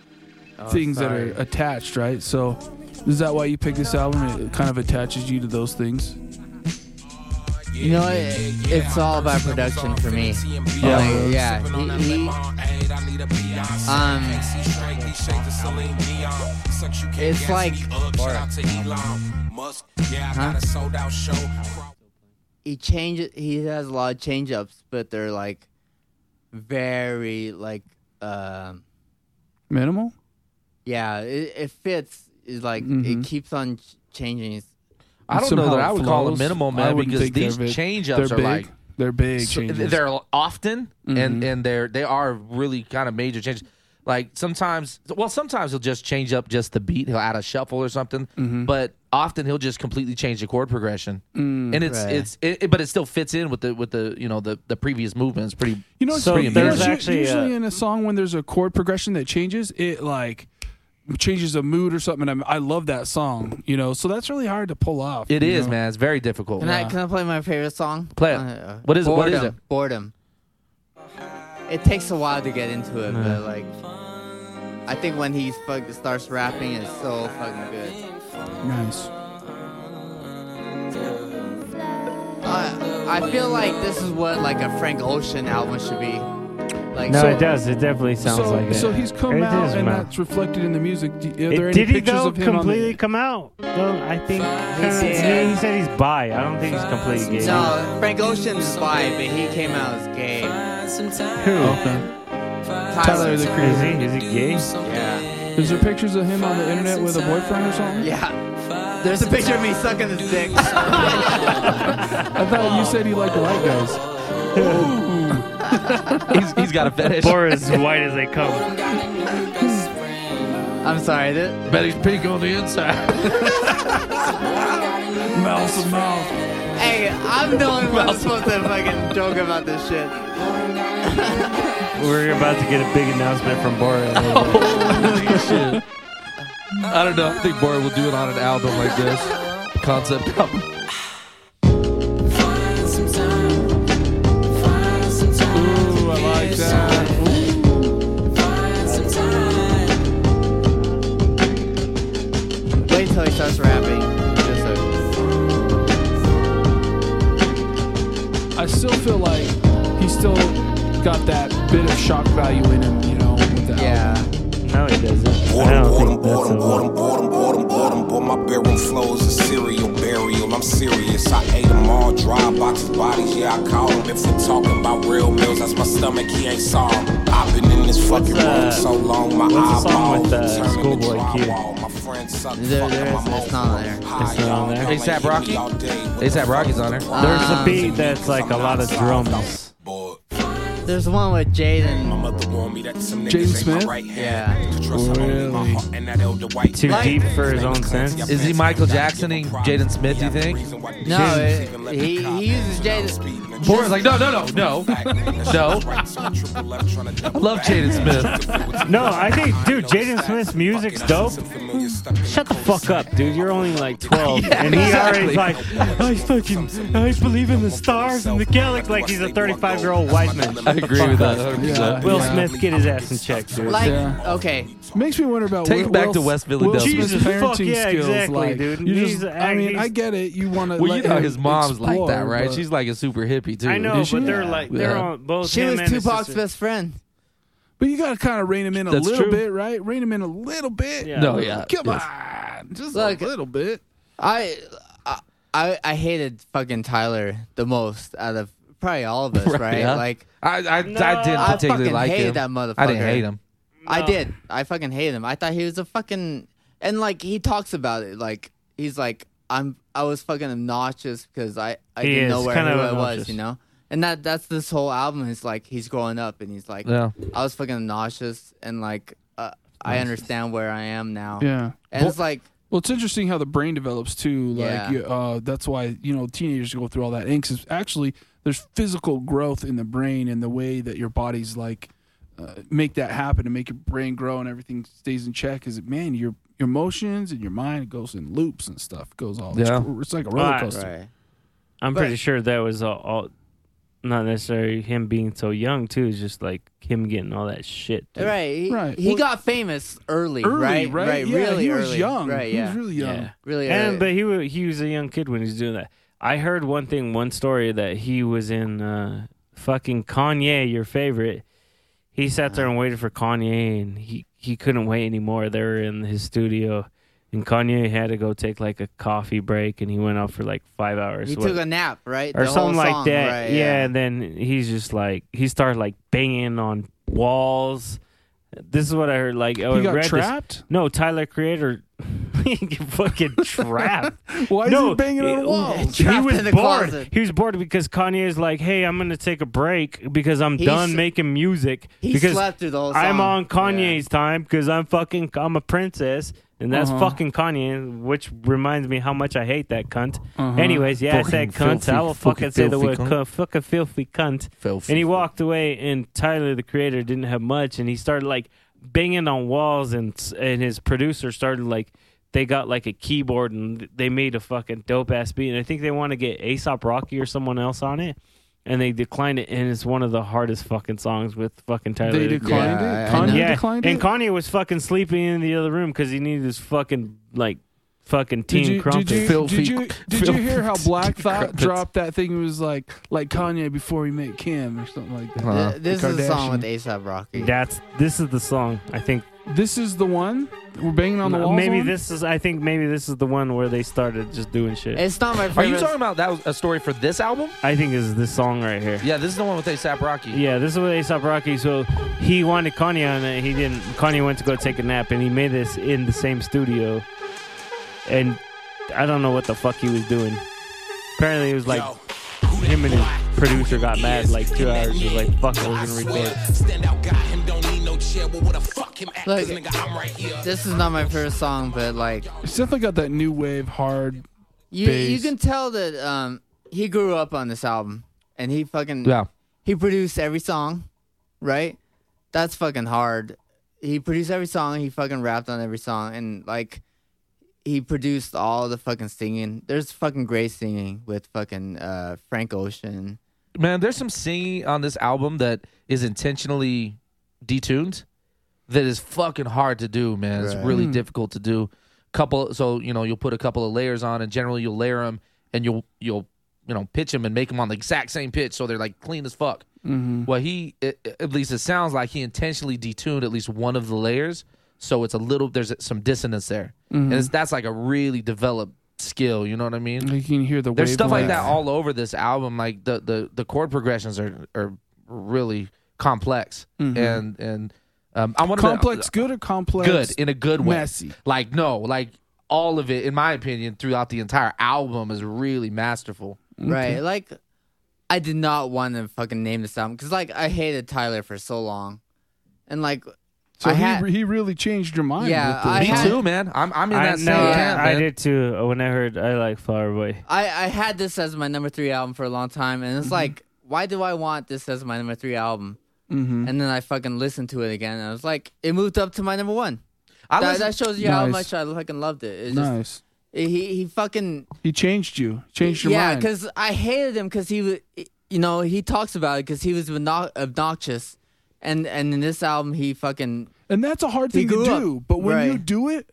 D: Oh,
C: things
F: sorry.
C: that are attached right so is that why you picked this album it kind of attaches you to those things
B: You know, it, it's all about production for me.
C: Yeah.
B: Like, yeah. he- he- um, it's like huh? He changes. He has a lot of change ups, but they're like very like um
C: minimal
B: yeah. It, it fits. It's like
D: Mm-hmm.
B: it keeps on ch- changing.
D: I don't know
C: Somehow
D: that
C: it
D: I would call them
C: flows.
D: minimal,
C: I
D: man,
C: wouldn't
D: because
C: think they're
D: these
C: big.
D: change ups
C: They're
D: are
C: big.
D: like
C: They're big changes. Mm-hmm.
D: They're often and and they're they are really kind of major changes. Like sometimes, well, sometimes he'll just change up just the beat. He'll add a shuffle or something,
C: Mm-hmm.
D: but often he'll just completely change the chord progression.
C: Mm,
D: and it's
F: Right.
D: it's it, it- but it still fits in with the with the you know the the previous movement. It's pretty
C: You know,
D: it's
C: so
D: pretty
C: there's
D: amazing.
F: actually,
C: usually
F: uh,
C: in a song when there's a chord progression that changes, it like changes a mood or something. And I'm, I love that song, you know. So that's really hard to pull off.
D: It
C: you
D: is,
C: know?
D: man. It's very difficult.
B: Can I can I play my favorite song?
D: Play it.
B: Uh,
D: What is it? What is
B: Boredom. Boredom. It takes a while to get into it, but like, I think when he fuck, starts rapping, it's so fucking good.
C: Nice.
B: I, I feel like this is what like a Frank Ocean album should be. Like
F: no,
B: so-
F: it does. It definitely sounds
C: so,
F: like it.
C: so he's come
F: It
C: out,
F: is,
C: and
F: man.
C: that's reflected in the music. Do- Are
F: It-
C: there any
F: did he
C: pictures
F: though
C: of him on the-
F: completely come out? Well, I think
B: He
F: kinda-
B: did.
F: yeah, he said he's bi. I don't think he's completely gay.
B: No, Frank Ocean's bi, but he came out as gay.
F: Who?
B: Tyler the
F: Is he? Is he gay?
B: Yeah.
C: Is there pictures of him on the internet with a boyfriend or something?
B: Yeah. There's a picture of me sucking his dick.
C: I thought you said you liked white guys.
D: he's, he's got a fetish.
F: Or as white as they come.
B: I'm sorry. That,
D: Bet he's pink on the inside.
C: Mouth to mouth.
B: hey, I'm the only one that's supposed to fucking joke about this shit.
F: We're about to get a big announcement from Boris.
D: Holy shit. I don't know. I think Bora will do it on an album like this. Concept album.
C: Ooh, I like that.
B: Wait till he starts rapping. Just so-
C: I still feel like he still got that bit of shock value in him, you know. With that
B: yeah.
F: no, he doesn't. I don't think that's a lot.
P: Boredom, boredom, boredom, boy, my bedroom flows a serial burial. I'm serious. I ate them all, dry boxes, bodies, yeah, I caught them. If we're talking about real meals, that's my stomach, he ain't saw 'em. I've been in this fucking room so long, my
F: What's the song
P: eyeballs
F: with uh,
P: turning to
F: Schoolboy Q?
P: drywall. My friends suck
B: There,
P: fucking
B: there's, it's not on there.
F: It's not on there.
D: ASAP Rocky. ASAP Rocky's on there.
F: There's a beat that's like a lot of drums.
B: There's one with Jaden.
P: Mother warned me that some
B: Jaden
P: niggas ain't
B: Smith?
P: my right hand. To trust her only my heart and that elder white
F: Too
P: man.
F: deep for his own sense.
D: Is he Michael Jacksoning Jaden Smith? You think?
B: No, it, he, he uses Jaden.
D: Boris like no, no, no, no, no. I love Jaden Smith.
F: No, I think, dude, Jaden Smith's music's dope. Shut the fuck up, dude. You're only like 12.
D: Yeah,
F: and he
D: exactly.
F: already's like, I fucking, I believe in the stars and the galaxy. Like he's a 35 year old white man.
D: I agree with that 100%.
F: Will
D: Yeah.
F: Smith, get his ass in check, dude.
B: Like, okay.
Q: Makes me wonder about
D: Take
Q: Will-
D: back to
Q: Will's-
D: West Philadelphia.
Q: Will's
D: Jesus,
Q: parenting
F: fuck yeah,
Q: skills,
F: exactly,
Q: like,
F: dude.
Q: You
F: He's-
Q: just, I mean,
F: he's-
Q: I get it. You want to.
D: Well, you
Q: let
D: know
Q: him
D: his mom's
Q: explore,
D: like that, right?
Q: but-
D: She's like a super hippie too.
F: I know, but they're like, they're on both.
B: She
F: him
B: was
F: and his
B: Tupac's
F: sister.
B: best friend.
Q: But you gotta kind of rein him in a
D: That's
Q: little
D: true.
Q: bit, right? Rein him in a little bit.
D: Yeah.
B: Oh,
D: No, yeah,
Q: Come
D: yes.
Q: on, just
B: Look,
Q: a little bit.
B: I, I- I, I hated fucking Tyler the most out of probably all of us, right?
D: yeah.
B: Like,
D: I, I, I didn't
B: I
D: particularly
B: fucking
D: like
B: hated
D: him.
B: that motherfucker.
D: I didn't hate him.
B: I did. I fucking hate him. I thought he was a fucking and like he talks about it. Like he's like I'm. I was fucking obnoxious because I I
F: He
B: didn't
F: is
B: know where
F: kind
B: who
F: of
B: I was.
F: obnoxious.
B: You know. And that that's this whole album is like he's growing up and he's like
D: Yeah.
B: I was fucking obnoxious and like uh, I understand where I am now.
Q: Yeah.
B: And it's like
Q: Well, it's interesting how the brain develops too. Like,
B: Yeah.
Q: you- uh, that's why you know teenagers go through all that angst. It's Actually, there's physical growth in the brain and the way that your body's like uh, make that happen and make your brain grow and everything stays in check. Is man, your your emotions and your mind goes in loops and stuff goes all.
D: Yeah.
Q: It's, it's like a roller
F: Right.
Q: coaster.
F: I'm
B: But-
F: pretty sure that was all, all, not necessarily him being so young too. It's just like him getting all that shit. dude.
B: right. He,
Q: Right.
B: he
Q: Well-
B: got famous early.
Q: Early,
B: right.
Q: right? Yeah,
B: really
Q: he was
B: early.
Q: young.
B: Right.
Q: He
B: Yeah.
Q: was really young.
F: Yeah.
B: Really early.
F: And but he wa- he was a young kid when he was doing that. I heard one thing, one story that he was in uh, fucking Kanye, your favorite. He sat there and waited for Kanye, and he he couldn't wait anymore. They were in his studio, and Kanye had to go take like a coffee break, and he went out for like five hours.
B: he
F: What-
B: took a nap. Right.
F: or
B: The whole
F: something like
B: song,
F: that.
B: right,
F: yeah. and then he's just like he started like banging on walls. This is what I heard. Like oh,
Q: He
F: I
Q: got
F: read this-
Q: trapped?
F: No, Tyler Creator, he get fucking trapped.
Q: Why is
F: no,
Q: he banging on
F: it-
Q: walls?
F: He
B: Trapped
F: was
B: in the
F: bored.
B: closet.
F: He was bored because Kanye is like, "Hey, I'm gonna take a break because I'm
B: He
F: done
B: s-
F: making music
B: He
F: because
B: slept through the whole song.
F: I'm on
B: Yeah.
F: Kanye's time because I'm fucking I'm a princess." And that's
Q: Uh-huh.
F: fucking Kanye, which reminds me how much I hate that cunt.
Q: Uh-huh.
F: Anyways, yeah, I said
D: Fucking
F: cunt. I will
D: filthy,
F: fucking say the
D: filthy
F: word
D: cunt.
F: cunt. Fucking filthy cunt.
D: Filthy.
F: And he walked away, and Tyler, the creator, didn't have much, and he started like banging on walls, and and his producer started like they got like a keyboard and they made a fucking dope ass beat, and I think they want to get Aesop Rocky or someone else on it. And they declined it, and it's one of the hardest fucking songs with fucking Tyler.
Q: They
F: the Creator.
Q: declined
B: Yeah,
Q: it.
B: I- I
Q: Kanye
B: know.
F: Yeah,
Q: declined
F: and
Q: it.
F: Kanye was fucking sleeping in the other room because he needed his fucking like fucking teen
Q: did you,
F: crumpet.
Q: Did you,
D: Filthy-
Q: did you, did you
D: filthy
Q: hear how Black
D: teen
Q: Thought
D: crumpets.
Q: dropped that thing? It was like like Kanye before he met Kim or something like that.
D: Huh.
B: Th- this is a song
Q: Kardashian.
B: with ASAP Rocky.
F: That's this is the song I think.
Q: This is the one we're banging on the
F: No,
Q: wall.
F: maybe this is I think maybe this is the one where they started just doing shit.
B: it's not my favorite.
D: Are you talking about that was a story for this album?
F: I think is this song right here.
D: Yeah, this is the one with ASAP Rocky.
F: Yeah, this is with Aesop Rocky. So he wanted Kanye on it. He didn't. Kanye went to go take a nap, and he made this in the same studio. And I don't know what the fuck he was doing. Apparently, it was like him and his producer got mad like two hours. He was like, "Fuck, it, we're gonna record."
P: Stand out, got him, don't need no chair. Well, what a fuck him act, 'cause
B: Like-
P: nigga, I'm right here.
B: This is not my favorite song, but like
Q: It's definitely got that new wave hard.
B: you, you
Q: Bass.
B: can tell that um he grew up on this album, and he fucking
D: Yeah.
B: he produced every song, right? That's fucking hard. He produced every song. He fucking rapped on every song, and like he produced all the fucking singing. There's fucking great singing with fucking uh Frank Ocean.
D: Man, there's some singing on this album that is intentionally detuned that is fucking hard to do, man. It's
B: Right.
D: really difficult to do. Couple so, you know, you'll put a couple of layers on and generally you'll layer them and you'll you'll you know, pitch them and make them on the exact same pitch so they're like clean as fuck.
C: Mm-hmm.
D: Well, he a- a- at least it sounds like he intentionally detuned at least one of the layers, so it's a little there's some dissonance there, and it's, that's like a really developed skill. You know what I mean?
Q: You can hear the
D: There's
Q: wavelength.
D: stuff like that all over this album. Like the the, the chord progressions are are really complex, and and um, I want
Q: Complex good or complex
D: good in a good way.
Q: Messy.
D: Like no, like all of it, in my opinion, throughout the entire album is really masterful.
B: Right. Like I did not want to fucking name this album because like I hated Tyler for so long, and like
Q: So
B: I
Q: he,
B: had
Q: he really changed your mind.
B: Yeah,
Q: with
B: I
Q: this.
B: Me had- too,
D: man. I'm I'm
F: I, no, I- I,
B: man.
F: did too. uh, When I heard I like Flower Boy,
B: I I had this as my number three album for a long time, and
D: Mm-hmm.
B: it's like why do I want this as my number three album?
D: Mm-hmm.
Q: Mhm.
B: And then I fucking listened to it again, and I was like, it moved up to my number one.
Q: I
B: that,
Q: listen-
B: that shows you how
Q: Nice.
B: much I fucking loved it. It's just,
Q: nice.
B: he he fucking
Q: He changed you. Changed your
B: yeah,
Q: mind.
B: because I hated him because he was, you know, he talks about it because he was obno- obnoxious, and and in this album he fucking
Q: and that's a hard
B: He
Q: thing to
B: grew up.
Q: do. But when you
B: Right.
Q: do it,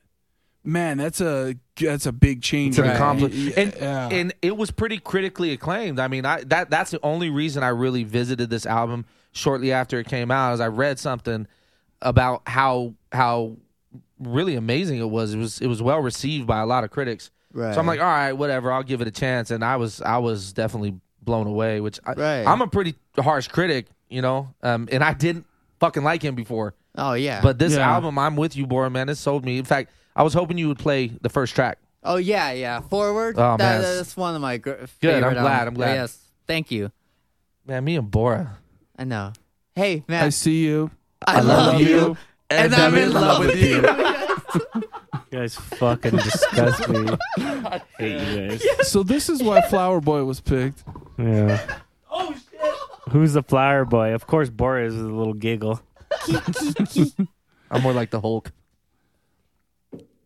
Q: man, that's a that's a big change.
D: It's an
Q: man.
D: accomplishment.
Q: Yeah,
D: and
Q: yeah.
B: Uh-huh.
D: and it was pretty critically acclaimed. I mean, I that that's the only reason I really visited this album shortly after it came out. Is I read something about how how really amazing it was. It was it was well received by a lot of critics.
B: Right.
D: So I'm like, all right, whatever. I'll give it a chance. And I was I was definitely blown away. Which I,
B: Right.
D: I'm a pretty harsh critic, you know. Um, and I didn't fucking like him before.
B: Oh yeah.
D: But this
B: Yeah.
D: album, I'm with you, Bora man. It sold me. In fact, I was hoping you would play the first track.
B: oh yeah yeah forward.
D: Oh,
B: that,
D: man.
B: that's one of my gr-
D: Good.
B: favorite
D: I'm glad.
B: albums.
D: I'm glad.
B: Yes, thank you.
D: Man, me and Bora.
B: I know. Hey man,
Q: I see you.
B: I love you, and I'm in love with you.
F: you guys fucking disgust me. I hate you guys.
Q: so this is why Flower Boy was picked.
F: Yeah. Who's the flower boy? Of course, Boris is a little giggle.
D: I'm more like the Hulk.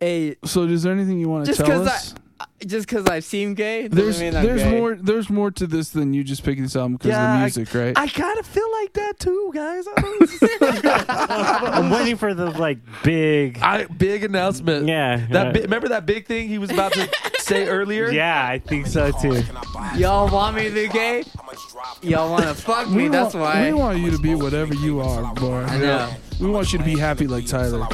B: Hey,
Q: So is there anything you want to
B: just
Q: tell
B: because
Q: us?
B: I. Just because I seem gay, doesn't
Q: there's
B: mean I'm
Q: there's
B: gay.
Q: more there's more to this than you just picking this album because
B: Yeah, I-
Q: of the music, right?
D: kind of feel like that too, guys.
F: I'm waiting for the like big,
D: I, big announcement.
F: Yeah.
D: That bi- remember that big thing he was about to say earlier?
F: Yeah, I think so too.
B: Y'all want me to be gay? Y'all want to fuck me?
Q: We
B: That's
Q: want-
B: why.
Q: we want you to be whatever you are, boy.
B: I know.
Q: We want you to be happy like Tyler.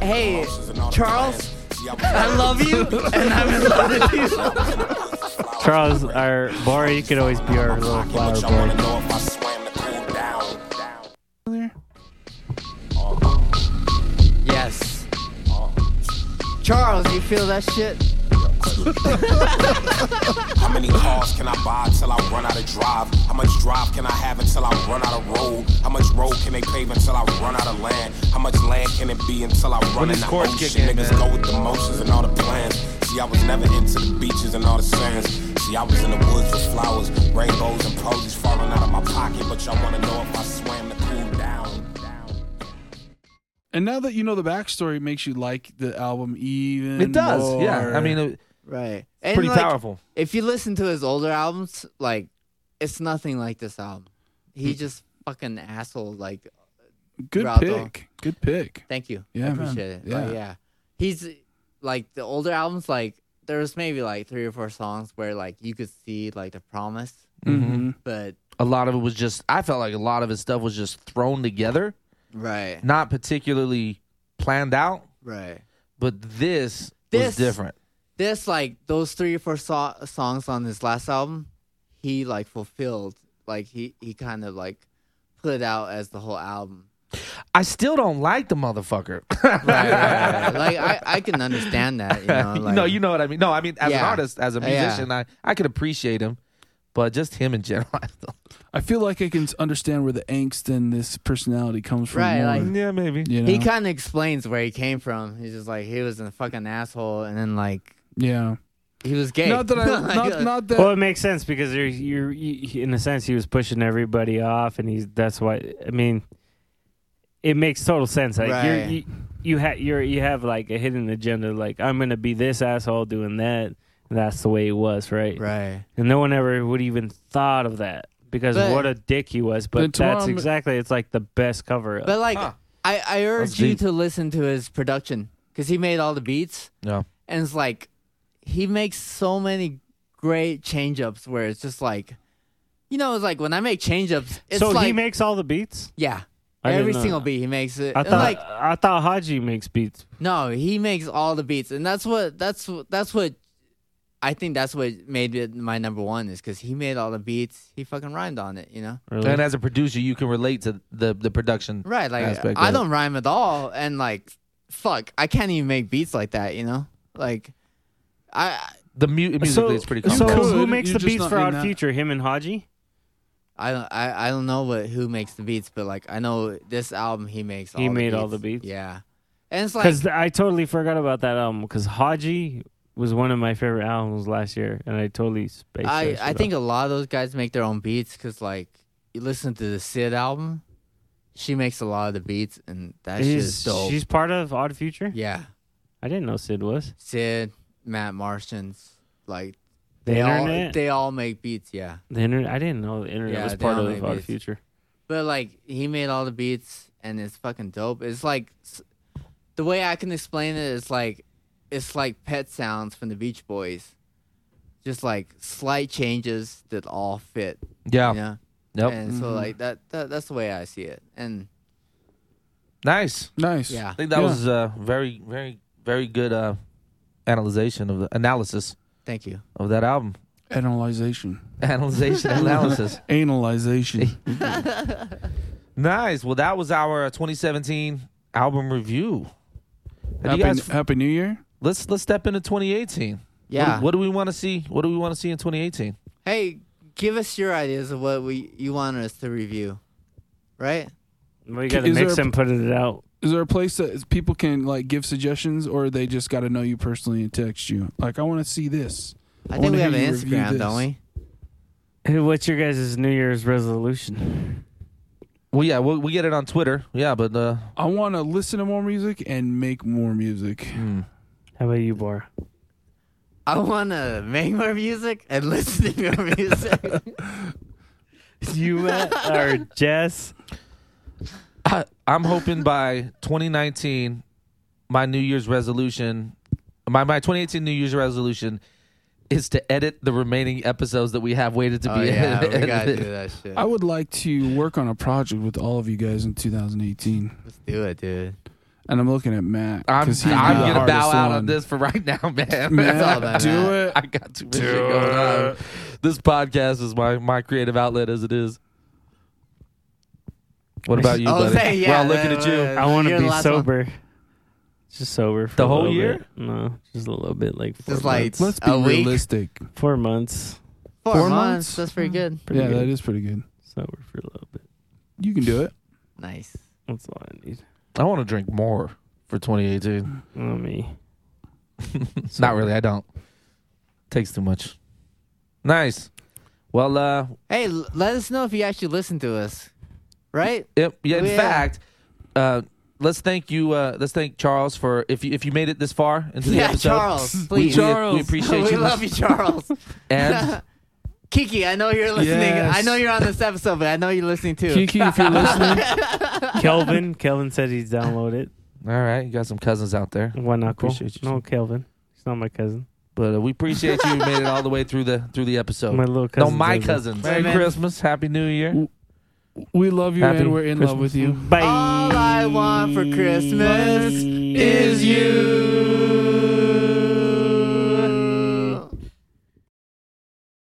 B: Hey, Charles, I love you, and I'm in love with you.
F: Charles, our Bora, you could always be our little flower boy.
B: Yes. Charles, you feel that shit?
P: How many cars can I buy till I run out of drive? How much drive can I have until I run out of road? How much road can they pave until I run out of land? How much land can it be until I run
D: these
P: out of
D: chords
P: ocean?
D: kick in,
P: Niggas
D: man.
P: go with the motions and all the plans. See, I was never into the beaches and all the sands. See, I was in the woods with flowers, rainbows, and posies falling out of my pocket. But y'all wanna know if I swam the pool down?
Q: And now that you know the backstory, it makes you like the album even.
D: It does, yeah.
Q: more.
D: I mean, it-
B: Right.
D: It's pretty
B: like,
D: powerful.
B: If you listen to his older albums, like, it's nothing like this album. He just fucking asshole, like.
Q: good
B: throughout the-
Q: pick. Good pick.
B: Thank you.
Q: Yeah,
B: I
Q: man.
B: appreciate it.
Q: Yeah.
B: Like, yeah. He's like the older albums, like there's maybe like three or four songs where like you could see like the promise,
Q: Mm-hmm.
D: Mhm.
B: but
D: A lot of it was just. I felt like a lot of his stuff was just thrown together,
B: right,
D: not particularly planned out.
B: right.
D: But this, was
B: This-
D: different.
B: This like those three or four so- songs on his last album, he like fulfilled. Like he he kind of like put it out as the whole album.
D: I still don't like the motherfucker.
B: Right, right, right. like I I can understand that. You know, like,
D: no, you know what I mean. No, I mean as an
B: Yeah.
D: artist, as a
B: Yeah.
D: musician, I I could appreciate him, but just him in general. I don't-
Q: I feel like I can understand where the angst and this personality comes from.
B: Right,
Q: more,
B: like-
D: Mm, yeah, maybe.
Q: You know?
B: He kind of explains where he came from. He's just like he was a fucking asshole, and then like
Q: yeah.
B: he was gay.
Q: Not that I.
B: Like,
Q: not,
B: uh,
Q: not that.
F: Well, it makes sense because you're, you're you, in a sense he was pushing everybody off, and he's that's why. I mean, it makes total sense. Like you're,
B: Right.
F: you you have you're you have like a hidden agenda. Like I'm gonna be this asshole doing that. And that's the way it was, right?
B: Right.
F: And no one ever would even thought of that because
B: But-
F: what a dick he was.
Q: Then
F: But
Q: tomorrow
F: that's
Q: I'm-
F: exactly it's like the best cover up.
B: But like, I I urge
F: That's
B: you
F: deep.
B: to listen to his production because he made all the beats,
D: Yeah.
B: and it's like he makes so many great change ups where it's just like, you know, it's like when I make change ups, it's
F: so
B: like
F: he makes all the beats.
B: yeah,
F: I didn't
B: every
F: know
B: single
F: that.
B: beat he makes it.
F: I
B: and
F: thought
B: like
F: I thought Haji makes beats.
B: no, he makes all the beats, and that's what that's what- that's what. I think that's what made it my number one is because he made all the beats. He fucking rhymed on it, you know.
F: Really?
D: And as a producer, you can relate to the the production
B: Right, like
D: aspect
B: I
D: of it.
B: don't rhyme at all, and like, fuck, I can't even make beats like that. You know, like, I
D: the mu- musically
F: so,
D: it's pretty cool.
F: so who makes the beats for Odd Future? Him and Haji?
B: I don't I, I don't know what who makes the beats, but like I know this album he makes.
F: He
B: all
F: made
B: the
F: all the beats.
B: Yeah, and it's like
F: Because I totally forgot about that album. Because Haji was one of my favorite albums last year, and I totally spaced. that
B: I
F: shit
B: I
F: out.
B: think a lot of those guys make their own beats because like you listen to the Sid album, she makes a lot of the beats and that shit is
F: Is-
B: dope.
F: She's part of Odd Future.
B: Yeah,
F: I didn't know Sid was.
B: Sid, Matt Martians, like
F: The
B: they all
F: internet?
B: they all make beats. Yeah,
F: The internet. I didn't know the internet
B: Yeah,
F: was
B: they
F: part
B: all
F: of
B: made
F: Odd
B: beats.
F: Future.
B: But like he made all the beats and it's fucking dope. It's like s- the way I can explain it is like it's like pet sounds from the Beach Boys. Just like slight changes that all fit.
D: Yeah.
B: You know?
D: Yep.
B: And so
Q: Mm-hmm.
D: Mhm.
B: like that, that that's the way I see it. And
D: Nice.
Q: Nice.
B: Yeah.
D: I think that
B: Yeah.
D: was uh, very, very, very good uh, analyzation of the analysis.
B: Thank you.
D: Of that album.
Q: Analyzation.
D: Analyzation. analysis.
Q: Analyzation.
D: Nice. Well, that was our 2017 album review. Have
Q: Happy-
D: you guys
Q: Happy New Year.
D: Let's let's step into 2018.
B: Yeah.
D: What, what do we want to see? What do we want to see in 2018?
B: hey, give us your ideas of what we you want us to review. Right?
F: We
Q: Is there a-
F: it out.
Q: Is there a place that is- people can like give suggestions, or they just got to know you personally and text you? Like, I want to see this.
B: I
Q: wanna
B: think we
Q: hear
B: have an
Q: you review
B: Instagram,
Q: this."
B: don't we?
F: Hey, what's your guys' New Year's resolution?
D: Well, yeah, we we get it on Twitter. Yeah, but uh,
Q: I want to listen to more music and make more music.
D: Hmm.
F: How about you, Bar?
B: I wanna make more music and listen to your music.
F: you Matt or Jess?
D: I, I'm hoping by 2019, my New Year's resolution, my my 2018 New Year's resolution is to edit the remaining episodes that we have waited to
B: Oh,
D: be
B: yeah, we
D: edited.
B: gotta do that shit.
Q: I would like to work on a project with all of you guys in 2018.
B: Let's do it, dude.
Q: And I'm looking at Matt.
D: I'm,
Q: 'cause he's
D: I'm
Q: the
D: gonna bow
Q: hardest
D: out
Q: one.
D: on this for right now, man.
Q: Man, It's all about do that. it.
D: I got too much
Q: Do
D: shit going on.
Q: it.
D: This podcast is my my creative outlet as it is. What about you,
F: Oh,
D: buddy?
F: say, yeah,
D: We're all looking at you.
F: I want to
B: You're the
F: be
B: last one.
F: sober. Just sober for
D: The
F: a
D: whole
F: little
D: year?
F: bit. No, just a little bit. Like four
B: Just like
F: months.
B: Let's be a week?
Q: realistic.
F: Four months.
B: Four,
Q: Four
B: months.
Q: months?
B: That's pretty good.
F: Pretty
Q: yeah,
F: good.
Q: that is pretty good.
F: Sober for a little bit.
Q: You can do it.
B: Nice.
F: That's all I need.
D: I want to drink more for 2018.
F: Oh, me.
D: Not really. I don't. Takes too much. Nice. Well, uh,
B: Hey, l- let us know if you actually listen to us. Right?
D: Yep. Yeah. In
B: Oh, Yeah.
D: fact, uh, let's thank you. Uh, let's thank Charles for if you if you made it this far into the
B: yeah,
D: episode.
B: Charles.
D: We-
B: Please.
D: we, we appreciate
B: we
D: you.
B: love you, Charles.
D: And
B: Kiki, I know you're listening.
F: Yes.
B: I know you're on this episode, but I know you're listening too.
F: Kiki, if you're listening. Kelvin. Kelvin said he's downloaded.
D: all right, you got some cousins out there.
F: One knuckle.
D: Appreciate you.
F: No, Kelvin. He's not my cousin.
D: But uh, we appreciate you. made it all the way through the through the episode.
F: My little
D: Oh. No,
F: cousins
D: my
F: over there.
D: cousins.
F: Hey,
D: Merry
F: man.
D: Christmas. Happy New Year.
Q: We love you
D: Happy
Q: and we're in love
D: Christmas.
Q: with you.
F: Bye.
B: All I want for Christmas is you.